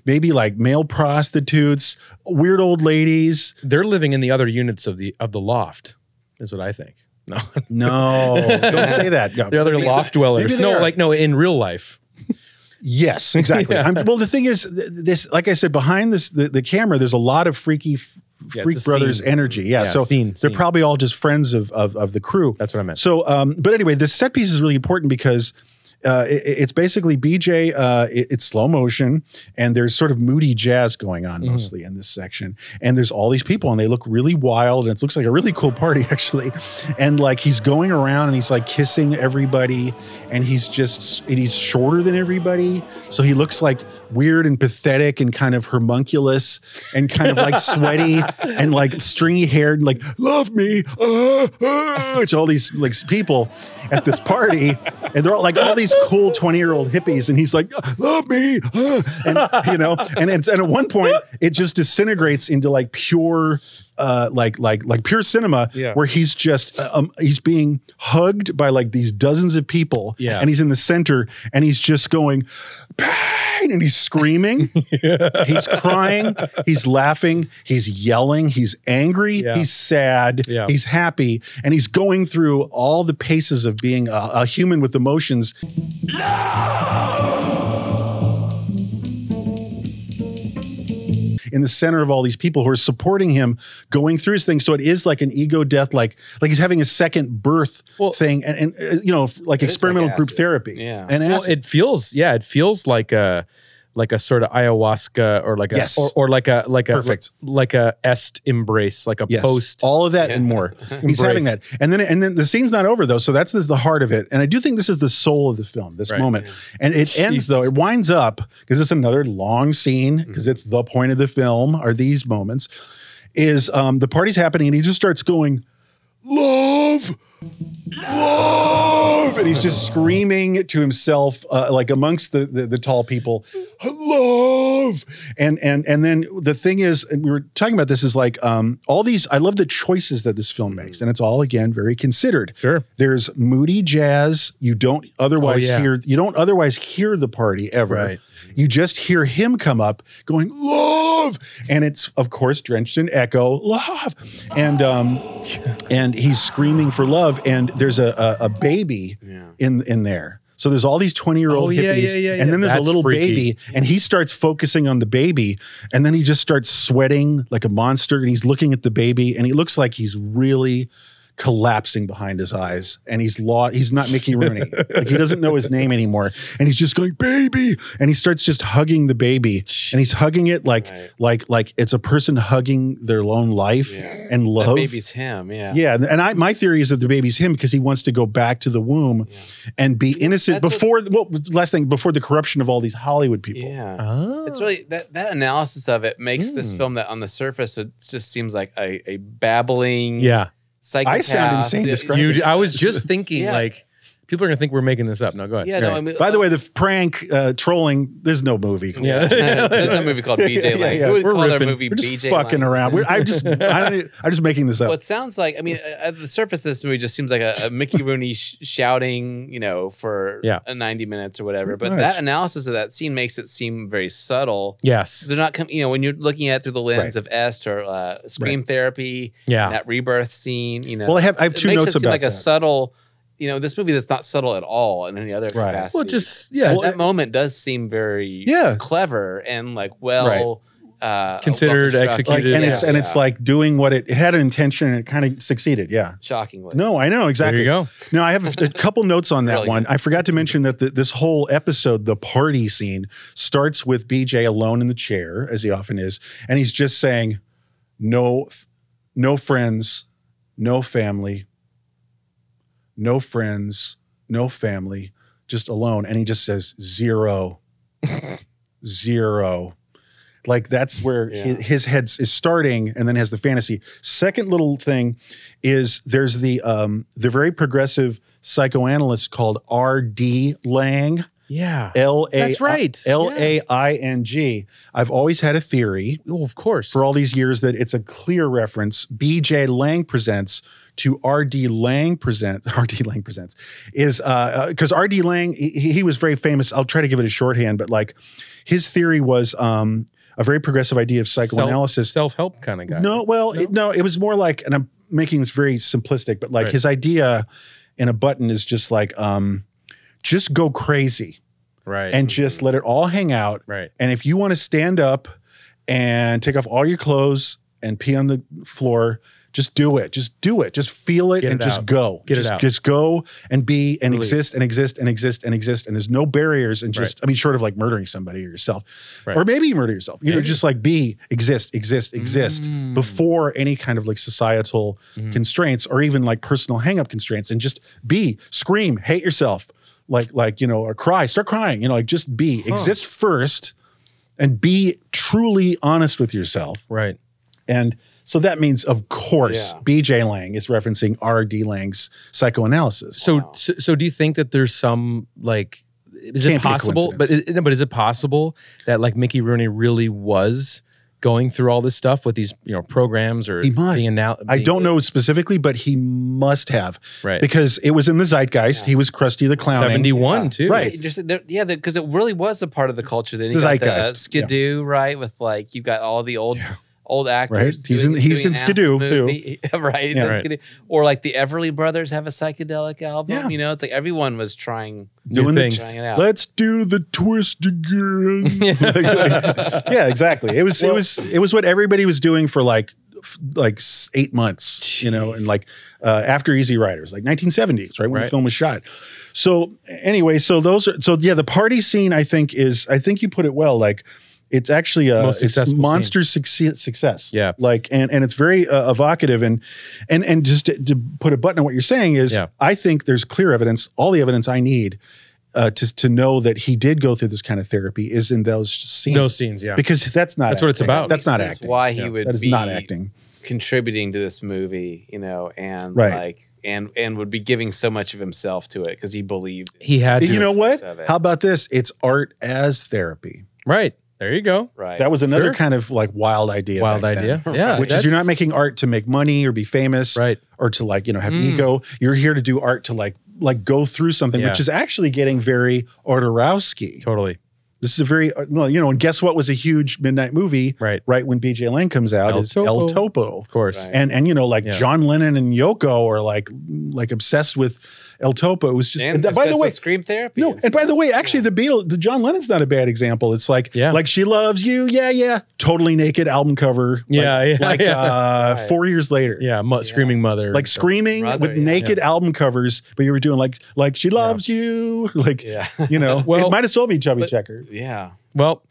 Speaker 1: maybe like male prostitutes weird old ladies
Speaker 2: They're living in the other units of the of the loft, is what I think. No,
Speaker 1: no don't say that No.
Speaker 2: the other loft dwellers.
Speaker 1: maybe they
Speaker 2: No,
Speaker 1: are.
Speaker 2: like no, in real life.
Speaker 1: Yes, exactly. I'm, well, the thing is, th- this, like I said, behind this the, the camera, there's a lot of freaky f-
Speaker 2: Yeah,
Speaker 1: freak
Speaker 2: it's a
Speaker 1: brothers
Speaker 2: scene.
Speaker 1: energy. Yeah,
Speaker 2: Yeah,
Speaker 1: so
Speaker 2: scene,
Speaker 1: they're
Speaker 2: scene.
Speaker 1: probably all just friends of of, of the crew.
Speaker 2: That's what I meant.
Speaker 1: So, um, but anyway, this set piece is really important because uh, it, it's basically BJ. Uh, it- it's slow motion, and there's sort of moody jazz going on mostly in this section. And there's all these people, and they look really wild, and it looks like a really cool party actually. And like he's going around, and he's like kissing everybody, and he's just and he's shorter than everybody, so he looks like weird and pathetic and kind of homunculus and kind of like sweaty and like stringy haired and like love me uh, uh, to all these like people at this party and they're all like all these cool 20 year old hippies and he's like love me uh, and you know and it's, and at one point it just disintegrates into like pure uh like like like pure cinema
Speaker 2: Yeah.
Speaker 1: where he's just uh, um, he's being hugged by like these dozens of people
Speaker 2: Yeah.
Speaker 1: and he's in the center and he's just going pain and he's screaming he's crying he's laughing he's yelling he's angry
Speaker 2: Yeah.
Speaker 1: he's sad
Speaker 2: Yeah.
Speaker 1: he's happy and he's going through all the paces of being a, a human with emotions in the center of all these people who are supporting him going through his thing so it is like an ego death like like he's having a second birth
Speaker 2: Well-
Speaker 1: thing and, and uh, you know f- like
Speaker 4: It is like
Speaker 1: experimental group
Speaker 4: acid.
Speaker 1: therapy
Speaker 4: Yeah.
Speaker 1: and
Speaker 2: Well,
Speaker 1: acid.
Speaker 2: it feels yeah, it feels like a like a sort of ayahuasca or like a
Speaker 1: Yes.
Speaker 2: or, or like a like a
Speaker 1: Perfect.
Speaker 2: like a est embrace, like a
Speaker 1: Yes.
Speaker 2: post.
Speaker 1: all of that and more. He's having that, and then and then the scene's not over though, so that's this is the heart of it. And I do think this is the soul of the film, this
Speaker 2: Right.
Speaker 1: moment. And it ends though; it winds up because it's another long scene because it's the point of the film are these moments. Is um, the party's happening and he just starts going, love, love, and he's just screaming to himself, uh, like amongst the, the the tall people, love, and and and then the thing is, and we were talking about this is like um, all these. I love the choices that this film makes, and it's all again very considered.
Speaker 2: Sure.
Speaker 1: There's moody jazz. You don't otherwise
Speaker 2: Oh, yeah.
Speaker 1: hear. You don't otherwise hear the party ever.
Speaker 2: Right.
Speaker 1: You just hear him come up going love, and it's of course drenched in echo love, and um, and he's screaming for love, and there's a a, a baby
Speaker 4: Yeah.
Speaker 1: in in there. So there's all these 20 year
Speaker 2: Oh,
Speaker 1: old
Speaker 2: yeah,
Speaker 1: hippies,
Speaker 2: yeah, yeah,
Speaker 1: and then
Speaker 2: yeah.
Speaker 1: there's a
Speaker 2: That's
Speaker 1: little
Speaker 2: freaky.
Speaker 1: baby, and he starts focusing on the baby, and then he just starts sweating like a monster, and he's looking at the baby, and he looks like he's really collapsing behind his eyes, and he's law he's not Mickey Rooney, like he doesn't know his name anymore, and he's just going baby, and he starts just hugging the baby, and he's hugging it like
Speaker 4: Right.
Speaker 1: like like it's a person hugging their own life
Speaker 4: Yeah.
Speaker 1: and
Speaker 4: That
Speaker 1: love.
Speaker 4: baby's him. Yeah.
Speaker 1: Yeah, and- and I my theory is that the baby's him because he wants to go back to the womb and be innocent
Speaker 4: That's
Speaker 1: before.
Speaker 4: what's-
Speaker 1: Well, last thing before the corruption of all these Hollywood people.
Speaker 4: Yeah.
Speaker 2: Ah.
Speaker 4: It's really that that analysis of it makes this
Speaker 1: Hmm.
Speaker 2: Mm.
Speaker 4: film that on the surface it just seems like a, a babbling
Speaker 2: yeah.
Speaker 4: psychopath.
Speaker 1: insane
Speaker 4: that-
Speaker 1: describing
Speaker 2: You, I was just thinking
Speaker 4: Yeah.
Speaker 2: like people are gonna think we're making this up. No, go ahead.
Speaker 4: Yeah,
Speaker 2: You're
Speaker 4: no, I
Speaker 2: right.
Speaker 4: mean,
Speaker 1: By the way, the prank uh, trolling. There's no movie. called-
Speaker 2: Yeah.
Speaker 4: there's no movie called BJ Lang.
Speaker 1: Yeah, yeah,
Speaker 4: Who would
Speaker 2: we're
Speaker 4: call their
Speaker 2: riffing.
Speaker 4: movie
Speaker 1: We're just
Speaker 4: BJ
Speaker 1: fucking
Speaker 4: Lang?
Speaker 1: around. We're, I'm just I don't, I'm just making this up.
Speaker 4: Well, it sounds like I mean, uh, at the surface, this movie just seems like a, a Mickey Rooney sh- shouting, you know, for
Speaker 2: Yeah.
Speaker 4: uh, 90 minutes or whatever. But
Speaker 1: Nice.
Speaker 4: that analysis of that scene makes it seem very subtle.
Speaker 2: Yes.
Speaker 4: They're not, com- you know, when you're looking at it through the lens
Speaker 1: Right.
Speaker 4: of Est or uh, Scream Therapy,
Speaker 2: Yeah.
Speaker 4: that rebirth scene, you know.
Speaker 1: Well, I have I have
Speaker 4: it
Speaker 1: two
Speaker 4: makes
Speaker 1: notes
Speaker 4: it seem
Speaker 1: about
Speaker 4: like a
Speaker 1: that.
Speaker 4: subtle you know, this movie that's not subtle at all in any other
Speaker 1: Right.
Speaker 4: capacity.
Speaker 2: Well, just yeah,
Speaker 4: But
Speaker 1: Well,
Speaker 2: it's
Speaker 4: that moment does seem very
Speaker 1: Yeah.
Speaker 4: clever and like well uh,
Speaker 2: Considered,
Speaker 4: well-constructed.
Speaker 1: Like,
Speaker 2: executed,
Speaker 1: and it's
Speaker 4: Yeah,
Speaker 1: and
Speaker 4: yeah.
Speaker 1: it's like doing what it, it had an intention and it kind of succeeded. Yeah.
Speaker 4: shockingly.
Speaker 1: No, I know exactly.
Speaker 2: there you go.
Speaker 1: Now I have a couple notes on that
Speaker 4: Really
Speaker 1: one. I forgot to mention that the, this whole episode, the party scene, starts with BJ alone in the chair, as he often is, and he's just saying, "No, f- no friends, no family, no friends, no family, just alone," and he just says zero, zero. Like that's where hi-
Speaker 4: Yeah.
Speaker 1: his, head is starting, and then has the fantasy. Second little thing is there's the um, the very progressive psychoanalyst called R.D. Lang,
Speaker 2: Yeah,
Speaker 1: L A uh,
Speaker 2: that's right.
Speaker 1: L
Speaker 2: Yeah.
Speaker 1: A I N G. I've always had a theory
Speaker 2: Well, of course.
Speaker 1: for all these years that it's a clear reference. B.J. Lang presents to R.D. Lang present R.D. Lang presents is uh, because R.D. Lang he, he was very famous. I'll try to give it a shorthand, but like his theory was um, a very progressive idea of psychoanalysis
Speaker 2: self help kind of guy.
Speaker 1: no, well, It, no, it was more like, and I'm making this very simplistic, but like
Speaker 2: Right.
Speaker 1: his idea in a button is just like, um, just go crazy
Speaker 2: right,
Speaker 1: and just let it all hang out.
Speaker 2: right,
Speaker 1: And if you want to stand up and take off all your clothes and pee on the floor, just do it. Just do it. Just feel it
Speaker 2: Get
Speaker 1: and
Speaker 2: it
Speaker 1: just
Speaker 2: out.
Speaker 1: go.
Speaker 2: Get it
Speaker 1: just,
Speaker 2: out.
Speaker 1: just go and be and
Speaker 2: Release.
Speaker 1: exist and exist and exist and exist. And there's no barriers and just, I mean, short of like murdering somebody or yourself.
Speaker 2: Right.
Speaker 1: Or maybe you murder yourself. You know,
Speaker 2: Maybe.
Speaker 1: just like be, exist, exist, exist
Speaker 2: Mm.
Speaker 1: before any kind of like societal
Speaker 2: Mhm.
Speaker 1: constraints or even like personal hang up constraints and just be, scream, hate yourself, like, like, you know, or cry, start crying, you know, like just be,
Speaker 2: Huh.
Speaker 1: exist first and be truly honest with yourself.
Speaker 2: right.
Speaker 1: And so that means, of course,
Speaker 4: Yeah.
Speaker 1: BJ Lang is referencing R.D. Lang's psychoanalysis.
Speaker 2: So,
Speaker 4: Wow.
Speaker 2: so, so do you think that there's some like, is
Speaker 1: Can't
Speaker 2: it
Speaker 1: be a
Speaker 2: possible? But
Speaker 1: coincidence.
Speaker 2: is, no, but is it possible that like Mickey Rooney really was going through all this stuff with these you know programs or
Speaker 1: He must.
Speaker 2: being now?
Speaker 1: I don't know specifically, but he must have
Speaker 2: Right.
Speaker 1: because it was in the zeitgeist.
Speaker 4: Yeah.
Speaker 1: He was Krusty the Clown.
Speaker 2: Seventy one
Speaker 4: Yeah.
Speaker 2: too.
Speaker 1: Right.
Speaker 4: Just, there- yeah, because it really was a part of the culture. Then you
Speaker 1: The
Speaker 4: got the, uh,
Speaker 1: zeitgeist,
Speaker 4: Skidoo, right? With like you got all the old old actors.
Speaker 1: Right. He's in- he's in
Speaker 4: an
Speaker 1: Skidoo,
Speaker 4: ass
Speaker 1: too.
Speaker 4: movie. right. he's
Speaker 1: Yeah.
Speaker 4: in
Speaker 2: Right.
Speaker 4: Skidoo. Or like the Everly Brothers have a psychedelic album.
Speaker 1: Yeah.
Speaker 4: You know, it's like everyone was trying.
Speaker 2: New
Speaker 1: Doing the
Speaker 2: things.
Speaker 4: trying it out.
Speaker 1: Let's do the twist again.
Speaker 2: Yeah.
Speaker 1: Like, like- yeah, exactly. It was it was it was what everybody was doing for like f- like s- eight months, you know, and like uh, after Easy Riders, like 1970s, right when
Speaker 2: Right.
Speaker 1: the film was shot. So anyway, so those are so yeah, the party scene I think is I think you put it well. Like it's actually a
Speaker 2: Most
Speaker 1: it's
Speaker 2: successful scene.
Speaker 1: monster succe- success.
Speaker 2: Yeah.
Speaker 1: like and and it's very uh, evocative and and and just to, to put a button on what you're saying is
Speaker 2: Yeah.
Speaker 1: I think there's clear evidence, all the evidence I need. Uh, to, to know that he did go through this kind of therapy is in those scenes
Speaker 2: Those scenes. Yeah.
Speaker 1: because that's not
Speaker 2: That's what it's
Speaker 1: acting.
Speaker 2: about.
Speaker 1: That's not
Speaker 4: That's
Speaker 1: acting.
Speaker 4: Why he
Speaker 2: Yeah.
Speaker 4: would
Speaker 1: That is
Speaker 4: be
Speaker 1: not acting.
Speaker 4: contributing to this movie, you know, and
Speaker 1: Right.
Speaker 4: like and and would be giving so much of himself to it because he believed. in it,
Speaker 2: he had. To
Speaker 1: You know
Speaker 2: have-
Speaker 1: what?
Speaker 4: of it.
Speaker 1: How about this? It's art as therapy.
Speaker 2: Right. There you go.
Speaker 4: Right.
Speaker 1: That was another
Speaker 2: Sure.
Speaker 1: kind of like wild idea.
Speaker 2: Wild
Speaker 1: back
Speaker 2: idea.
Speaker 1: then,
Speaker 2: Yeah.
Speaker 1: Which is you're not
Speaker 2: that's-
Speaker 1: making art to make money or be famous
Speaker 2: Right.
Speaker 1: or to like, you know, have
Speaker 2: Mm.
Speaker 1: ego. You're here to do art to like like go through something,
Speaker 2: Yeah.
Speaker 1: which is actually getting very Odorowski.
Speaker 2: Totally.
Speaker 1: This is a very uh, well, you know, and guess what was a huge midnight movie
Speaker 2: Right.
Speaker 1: right when BJ Lang comes out
Speaker 2: El
Speaker 1: is El
Speaker 2: Topo.
Speaker 1: Topo.
Speaker 2: Of course.
Speaker 4: Right.
Speaker 1: And and you know, like
Speaker 2: Yeah.
Speaker 1: John Lennon and Yoko are like like obsessed with El Topo. It was just and
Speaker 4: and
Speaker 1: by the
Speaker 4: obsessed
Speaker 1: way,
Speaker 4: with scream therapy.
Speaker 1: No, and by the
Speaker 4: stuff.
Speaker 1: way, actually, the Beatles, the John Lennon's not a bad example. It's like,
Speaker 2: Yeah.
Speaker 1: like she loves you, yeah, yeah, totally naked album cover, like-
Speaker 2: Yeah, yeah,
Speaker 1: like
Speaker 2: yeah.
Speaker 1: Uh,
Speaker 4: Right.
Speaker 1: four years later,
Speaker 2: Yeah. Mu- Screaming mother.
Speaker 1: like
Speaker 2: So-
Speaker 1: screaming
Speaker 4: Rather,
Speaker 1: with
Speaker 4: yeah.
Speaker 1: naked album covers, but you were doing like, like she loves you, like,
Speaker 4: yeah,
Speaker 1: you know,
Speaker 2: Well,
Speaker 1: it might as well be Chubby
Speaker 2: but-
Speaker 1: Checker.
Speaker 4: yeah.
Speaker 2: Well,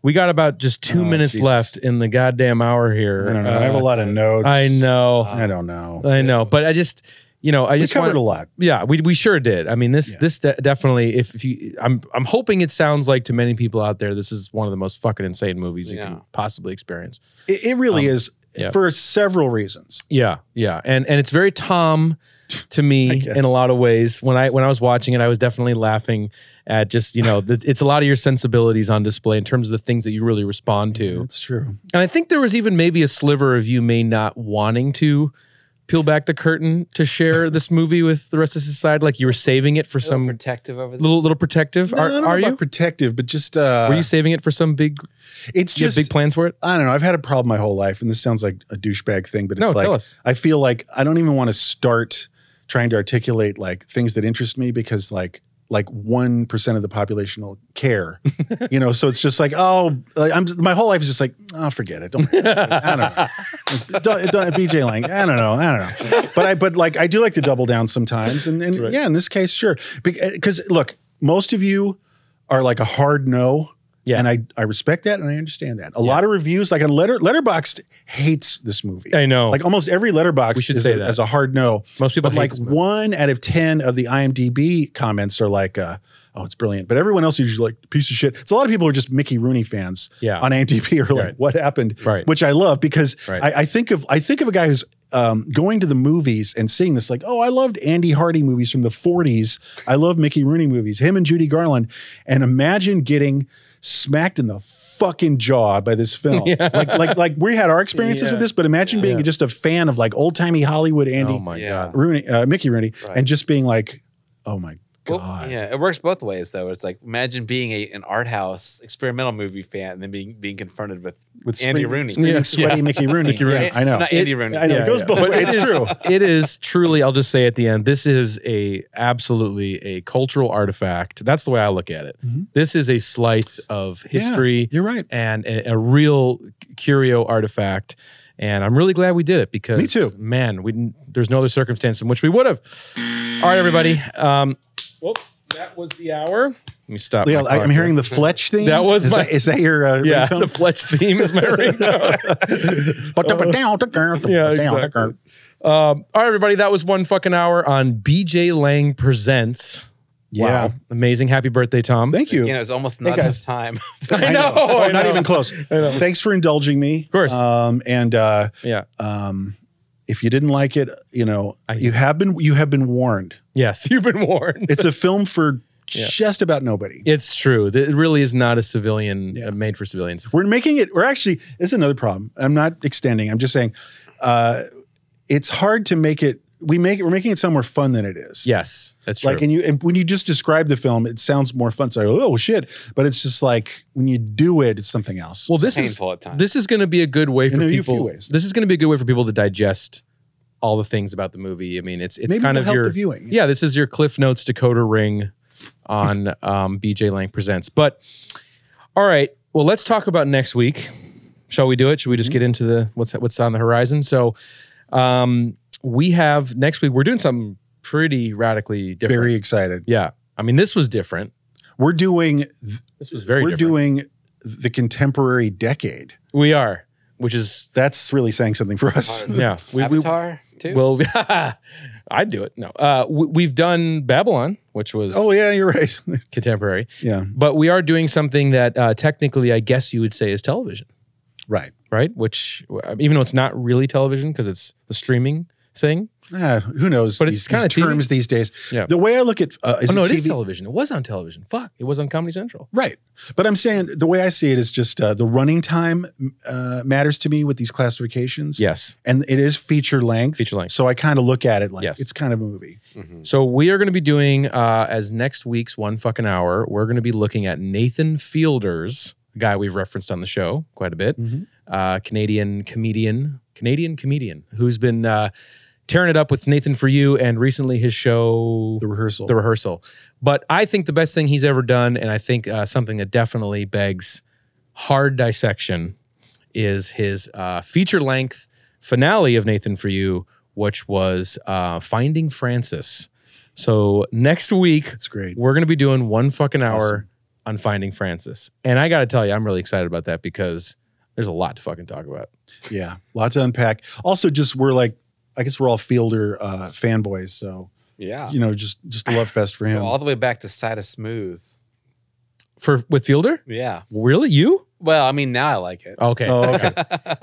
Speaker 2: we got about just two
Speaker 1: Oh,
Speaker 2: minutes
Speaker 1: Jesus.
Speaker 2: left in the goddamn hour
Speaker 1: I
Speaker 2: here.
Speaker 1: don't know. I have a
Speaker 2: Uh,
Speaker 1: lot of notes.
Speaker 2: I know.
Speaker 1: I don't know.
Speaker 2: I know. But I just, you know, I
Speaker 1: we
Speaker 2: just
Speaker 1: covered
Speaker 2: want.
Speaker 1: a lot.
Speaker 2: Yeah, we, we sure did. I mean, this
Speaker 1: Yeah.
Speaker 2: this de- definitely. If, if you, I'm I'm hoping it sounds like to many people out there, this is one of the most fucking insane movies you
Speaker 4: Yeah.
Speaker 2: can possibly experience.
Speaker 1: It, it really
Speaker 2: Um,
Speaker 1: is
Speaker 2: yeah.
Speaker 1: for several reasons.
Speaker 2: Yeah, yeah, and and it's very Tom to
Speaker 1: I
Speaker 2: me
Speaker 1: guess.
Speaker 2: in a lot of ways. When I when I was watching it, I was definitely laughing at just you know the, it's a lot of your sensibilities on display in terms of the things that you really respond to.
Speaker 1: That's true.
Speaker 2: And I think there was even maybe a sliver of you may not wanting to peel back the curtain to share this movie with the rest of society, like you were saving it for
Speaker 4: Some
Speaker 2: some
Speaker 4: protective over the
Speaker 2: little little protective.
Speaker 1: No, I
Speaker 2: are
Speaker 1: don't know
Speaker 2: are
Speaker 1: about
Speaker 2: you?
Speaker 1: protective? But just uh,
Speaker 2: Were you saving it for some big?
Speaker 1: it's
Speaker 2: do you have
Speaker 1: just
Speaker 2: big plans for it?
Speaker 1: I don't know. I've had a problem my whole life, and this sounds like a douchebag thing, but it's
Speaker 2: No,
Speaker 1: like
Speaker 2: tell us.
Speaker 1: I feel like I don't even want to start trying to articulate like things that interest me because like like one percent of the population will care, you know. So it's just like oh, like I'm my whole life is just like oh, forget it. Don't I don't know. Don't- don't- BJ Lang, I don't know, I don't know. But I but like I do like to double down sometimes, and and
Speaker 2: Right.
Speaker 1: yeah, in this case, sure, because look, most of you are like a hard no.
Speaker 2: Yeah.
Speaker 1: And I, I respect that and I understand that. A lot of reviews, like on letter letterboxed hates this movie.
Speaker 2: I know.
Speaker 1: Like almost every letterbox
Speaker 2: oh. We should
Speaker 1: is
Speaker 2: say
Speaker 1: a,
Speaker 2: that.
Speaker 1: as a hard no.
Speaker 2: Most people
Speaker 1: But
Speaker 2: hate
Speaker 1: like
Speaker 2: this movie.
Speaker 1: one out of 10 of the IMDb comments are like, uh, oh, it's brilliant. But everyone else is usually like, piece of shit. It's a lot of people who are just Mickey Rooney fans
Speaker 2: Yeah.
Speaker 1: on IMDb are like,
Speaker 2: Ah. Right.
Speaker 1: what happened?
Speaker 2: Right.
Speaker 1: Which I love because
Speaker 2: Right.
Speaker 1: I, I think of I think of a guy who's um, going to the movies and seeing this like, oh, I loved Andy Hardy movies from the 40s. I love Mickey Rooney movies, him and Judy Garland. And imagine getting smacked in the fucking jaw by this film. Like, like, like we had our experiences
Speaker 2: Yeah.
Speaker 1: with this, but imagine being
Speaker 2: Yeah.
Speaker 1: just a fan of like old timey Hollywood Andy
Speaker 2: oh my
Speaker 4: Yeah.
Speaker 2: god.
Speaker 1: Rooney, uh, Mickey Rooney,
Speaker 4: Right.
Speaker 1: and just being like, oh my
Speaker 4: Well,
Speaker 1: God.
Speaker 4: yeah, it works both ways though. It's like imagine being a an art house experimental movie fan and then being being confronted with
Speaker 1: With
Speaker 4: Andy
Speaker 1: scream-
Speaker 4: Rooney.
Speaker 1: screaming
Speaker 2: Yeah.
Speaker 1: sweaty Mickey Rooney. Yeah, I know.
Speaker 4: Not
Speaker 2: It-
Speaker 4: Andy Rooney.
Speaker 1: I know. it goes both
Speaker 2: But
Speaker 1: ways. It's
Speaker 2: is-
Speaker 1: true.
Speaker 2: It is truly. I'll just say at the end, this is a absolutely a cultural artifact. That's the way I look at it.
Speaker 1: Mhm.
Speaker 2: This is a slice of history
Speaker 1: You're right.
Speaker 2: and a, a real curio artifact. And I'm really glad we did it because
Speaker 1: Me too.
Speaker 2: Man, we didn't- there's no other circumstance in which we would have. All right, everybody. Um, well, that was the hour. Let me stop.
Speaker 1: Yeah,
Speaker 2: my
Speaker 1: I,
Speaker 2: clock
Speaker 1: am
Speaker 2: here.
Speaker 1: hearing the Fletch thing.
Speaker 2: That was
Speaker 1: is
Speaker 2: my-
Speaker 1: that, is that your uh,
Speaker 2: Yeah,
Speaker 1: ringtone?
Speaker 2: the Fletch theme is my ringtone. Yeah, exactly. Um, all right, everybody. That was one fucking hour on BJ Lang Presents.
Speaker 1: Yeah.
Speaker 2: Wow. Amazing. Happy birthday, Tom.
Speaker 1: Thank you.
Speaker 4: You know, it's almost not
Speaker 1: guys.
Speaker 4: enough time.
Speaker 2: I know.
Speaker 1: Oh,
Speaker 2: I
Speaker 1: not
Speaker 2: know.
Speaker 1: even close. Thanks for indulging me. Of
Speaker 2: course.
Speaker 1: Um, and uh,
Speaker 2: Yeah.
Speaker 1: um, if you didn't like it, you know,
Speaker 2: I-
Speaker 1: you have been you have been warned.
Speaker 2: Yes. You've been warned.
Speaker 1: It's a film for
Speaker 2: Yeah.
Speaker 1: just about nobody.
Speaker 2: It's true. Th- It really is not a civilian
Speaker 1: Yeah.
Speaker 2: uh, made for civilians.
Speaker 1: We're making it. We're actually. This is another problem. I'm not extending. I'm just saying, uh, it's hard to make it. We make it. We're making it sound more fun than it is.
Speaker 2: Yes, that's true.
Speaker 1: Like and you and when you just describe the film, it sounds more fun. It's like oh shit, but it's just like when you do it, it's something else.
Speaker 2: well, this is
Speaker 4: Painful at times.
Speaker 2: this is going to be a good way for
Speaker 1: a few
Speaker 2: people.
Speaker 1: ways.
Speaker 2: This is going to be a good way for people to digest all the things about the movie. I mean, it's it's
Speaker 1: maybe
Speaker 2: kind
Speaker 1: it'll help
Speaker 2: of your
Speaker 1: the viewing.
Speaker 2: yeah, this is your Cliff Notes Dakota ring on um, BJ Lang Presents. But all right, well, let's talk about next week. Shall we do it? Should we just
Speaker 1: Mm-hmm.
Speaker 2: get into the what's what's on the horizon? So um, we have next week. We're doing something pretty radically different.
Speaker 1: Very excited.
Speaker 2: yeah, I mean, this was different.
Speaker 1: We're doing. th-
Speaker 2: This was very.
Speaker 1: we're
Speaker 2: different.
Speaker 1: doing the contemporary decade.
Speaker 2: We are, which is
Speaker 1: That's really saying something for us.
Speaker 2: yeah. We we
Speaker 4: Avatar too.
Speaker 2: well, I'd do it. No, uh, we, we've done Babylon, which was
Speaker 1: Oh yeah, you're right.
Speaker 2: contemporary,
Speaker 1: yeah,
Speaker 2: but we are doing something that uh, technically, I guess you would say, is television.
Speaker 1: right.
Speaker 2: right? Which uh, even though it's not really television because it's the streaming thing.
Speaker 1: Ah, who knows?
Speaker 2: But it's
Speaker 1: these-
Speaker 2: kinda
Speaker 1: these terms these days.
Speaker 2: Yeah.
Speaker 1: The way I look at uh, is
Speaker 2: oh no,
Speaker 1: it
Speaker 2: it is
Speaker 1: TV?
Speaker 2: television. It was on television. Fuck, it was on Comedy Central.
Speaker 1: Right. But I'm saying the way I see it is just uh, the running time uh, matters to me with these classifications.
Speaker 2: Yes.
Speaker 1: And it is feature length.
Speaker 2: Feature length.
Speaker 1: So I kind of look at it like
Speaker 2: Yes.
Speaker 1: it's kind of a movie.
Speaker 4: Mm-hmm.
Speaker 2: So we are going to be doing uh, as next week's one fucking hour. We're going to be looking at Nathan Fielder's a guy we've referenced on the show quite a bit,
Speaker 1: Mhm.
Speaker 2: uh, Canadian comedian, Canadian comedian who's been uh, tearing it up with Nathan for you, and recently his show
Speaker 1: The rehearsal.
Speaker 2: the rehearsal. But I think the best thing he's ever done, and I think uh, something that definitely begs hard dissection, is his uh, feature length finale of Nathan for You, which was uh, Finding Francis. So next week,
Speaker 1: That's great.
Speaker 2: we're going to be doing one fucking hour
Speaker 1: Awesome.
Speaker 2: on Finding Francis. And I got to tell you, I'm really excited about that because there's a lot to fucking talk about.
Speaker 1: Yeah. Lot to unpack. Also, just we're like, I guess we're all Fielder uh, fanboys. So,
Speaker 2: Ah.
Speaker 4: yeah.
Speaker 1: you know, just just a love fest for him.
Speaker 2: Oh,
Speaker 4: Well, all the way back to Side of Smooth.
Speaker 2: For with Fielder?
Speaker 4: Yeah.
Speaker 2: Really? You?
Speaker 4: Well, I mean, now I like it.
Speaker 2: Okay.
Speaker 1: oh, okay.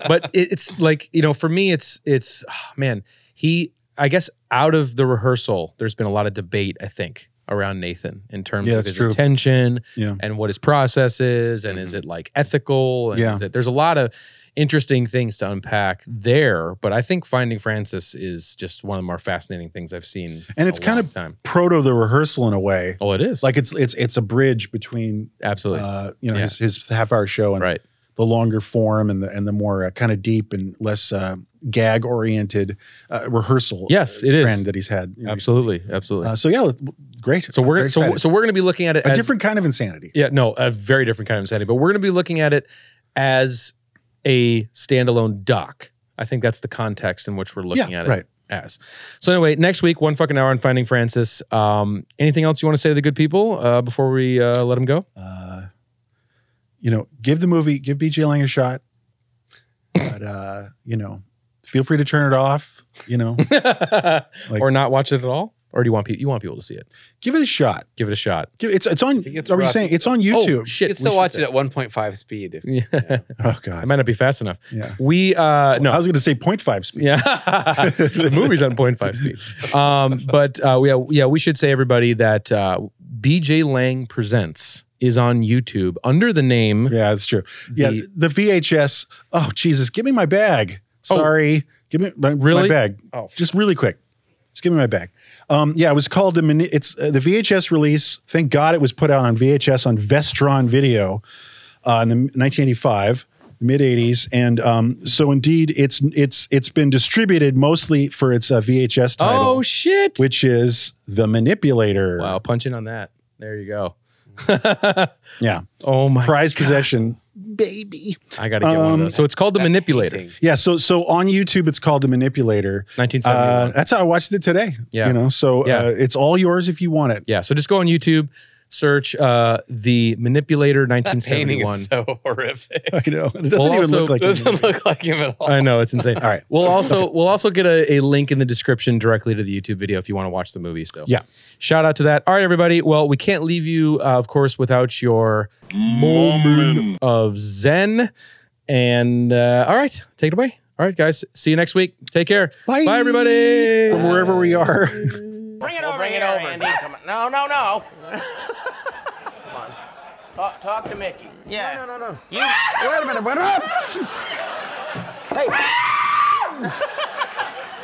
Speaker 2: but it, it's like you know for me it's it's ah, man he i guess out of the rehearsal there's been a lot of debate i think around nathan in terms
Speaker 1: Yeah,
Speaker 2: of
Speaker 1: that's
Speaker 2: his
Speaker 1: true.
Speaker 2: intention
Speaker 1: Yeah.
Speaker 2: and what his process is and is it like ethical and
Speaker 1: Yeah.
Speaker 2: is it, there's a lot of interesting things to unpack there but i think finding francis is just one of the more fascinating things i've seen in
Speaker 1: And it's
Speaker 2: a
Speaker 1: kind
Speaker 2: long
Speaker 1: of-
Speaker 2: time
Speaker 1: Proto the rehearsal in a way.
Speaker 2: oh it is like
Speaker 1: Like it's it's it's a bridge between
Speaker 2: absolutely
Speaker 1: uh, you know
Speaker 2: Yeah.
Speaker 1: his, his half hour show and
Speaker 2: right
Speaker 1: the longer form and the and the more uh, kind of deep and less uh, gag oriented uh, rehearsal
Speaker 2: Yes,
Speaker 1: uh,
Speaker 2: it is.
Speaker 1: trend that he's had.
Speaker 2: Absolutely, absolutely.
Speaker 1: Uh, so yeah, great.
Speaker 2: so we're
Speaker 1: Very
Speaker 2: gonna so,
Speaker 1: excited.
Speaker 2: so we're gonna be looking at it
Speaker 1: a
Speaker 2: as,
Speaker 1: different kind of insanity.
Speaker 2: Yeah, no, a very different kind of insanity. But we're going to be looking at it as a standalone doc. I think that's the context in which we're looking
Speaker 1: Yeah,
Speaker 2: at it
Speaker 1: right.
Speaker 2: as. So anyway, next week, one fucking hour on Finding Francis. Um, anything else you want to say to the good people uh, before we uh, let them go?
Speaker 1: Uh, you know, give the movie, give BJ Lang a shot. But uh, you know, feel free to turn it off. You know,
Speaker 2: or not watch it at all? Or do you want people? You want people to see it?
Speaker 1: give it a shot.
Speaker 2: Give it a shot.
Speaker 1: Give, it's it's on.
Speaker 4: think it's
Speaker 1: are we
Speaker 4: rough.
Speaker 1: saying it's on
Speaker 2: Oh
Speaker 1: YouTube?
Speaker 4: You
Speaker 2: shit!
Speaker 4: can
Speaker 2: we
Speaker 4: still
Speaker 2: should
Speaker 4: watch
Speaker 2: say-
Speaker 4: it at 1.5 speed. If,
Speaker 2: Yeah.
Speaker 1: Oh,
Speaker 2: I
Speaker 1: god.
Speaker 2: might not be fast enough.
Speaker 1: Yeah.
Speaker 2: We uh, no.
Speaker 1: I was going to say 0.5 speed.
Speaker 2: Yeah, the movie's on 0.5 speed. Um, but uh, yeah, yeah, we should say everybody that uh, BJ Lang presents is on YouTube under the name.
Speaker 1: Yeah, that's true. Yeah,
Speaker 2: The-
Speaker 1: the, VHS. Oh Jesus, give me my bag.
Speaker 2: Oh.
Speaker 1: Sorry, give me my, my
Speaker 2: Really?
Speaker 1: bag.
Speaker 2: Oh.
Speaker 1: just really quick. Just give me my bag. Um, yeah, it was called the mini- it's uh, the VHS release. Thank God it was put out on VHS on Vestron Video uh, in the 1985, mid 80s, and um, so indeed it's it's it's been distributed mostly for its uh, VHS title,
Speaker 2: Oh shit!
Speaker 1: which is The Manipulator.
Speaker 2: wow, punch in on that. There you go.
Speaker 1: Yeah,
Speaker 2: Oh my!
Speaker 1: prize possession, baby.
Speaker 2: I got to get one of
Speaker 1: Um,
Speaker 2: those. So it's called the Manipulator.
Speaker 4: painting.
Speaker 1: Yeah, so so on YouTube it's called The Manipulator. Uh,
Speaker 2: 1971.
Speaker 1: that's how I watched it today.
Speaker 2: Yeah.
Speaker 1: you know, so
Speaker 2: Yeah.
Speaker 1: uh, it's all yours if you want it.
Speaker 2: yeah. So just go on YouTube, search uh, the Manipulator
Speaker 4: That painting
Speaker 2: 1971.
Speaker 4: is so horrific.
Speaker 1: I know. It doesn't even
Speaker 2: also-
Speaker 1: look like
Speaker 4: doesn't
Speaker 1: it.
Speaker 4: look like him at all.
Speaker 2: I know it's insane.
Speaker 1: All right.
Speaker 2: We'll also we'll also get a, a link in the description directly to the YouTube video if you want to watch the movie. So
Speaker 1: Yeah.
Speaker 2: shout out to that. All right, everybody. Well, we can't leave you, uh, of course, without your moment of zen. And uh, all right, take it away. All right, guys. See you next week. Take care.
Speaker 1: Bye.
Speaker 2: Bye everybody.
Speaker 1: From wherever we are.
Speaker 7: Bring it over
Speaker 8: bring it
Speaker 7: here,
Speaker 8: over.
Speaker 7: Andy. Come on. No, no, no. Come on. Talk, talk to Mickey. Yeah. No, no, no.
Speaker 6: Wait a minute, wait a minute. Hey.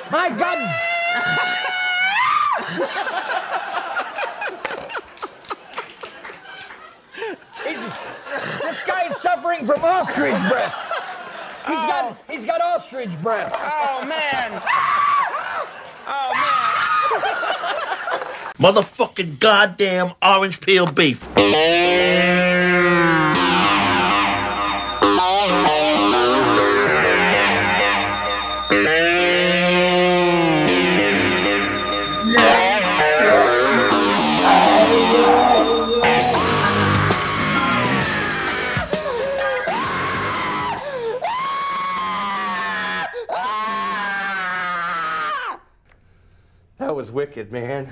Speaker 6: My God. He's- this guy is suffering from ostrich breath. He's got, he's got ostrich breath.
Speaker 7: Oh, man.
Speaker 3: Motherfucking goddamn orange peel beef.
Speaker 7: That was wicked, man.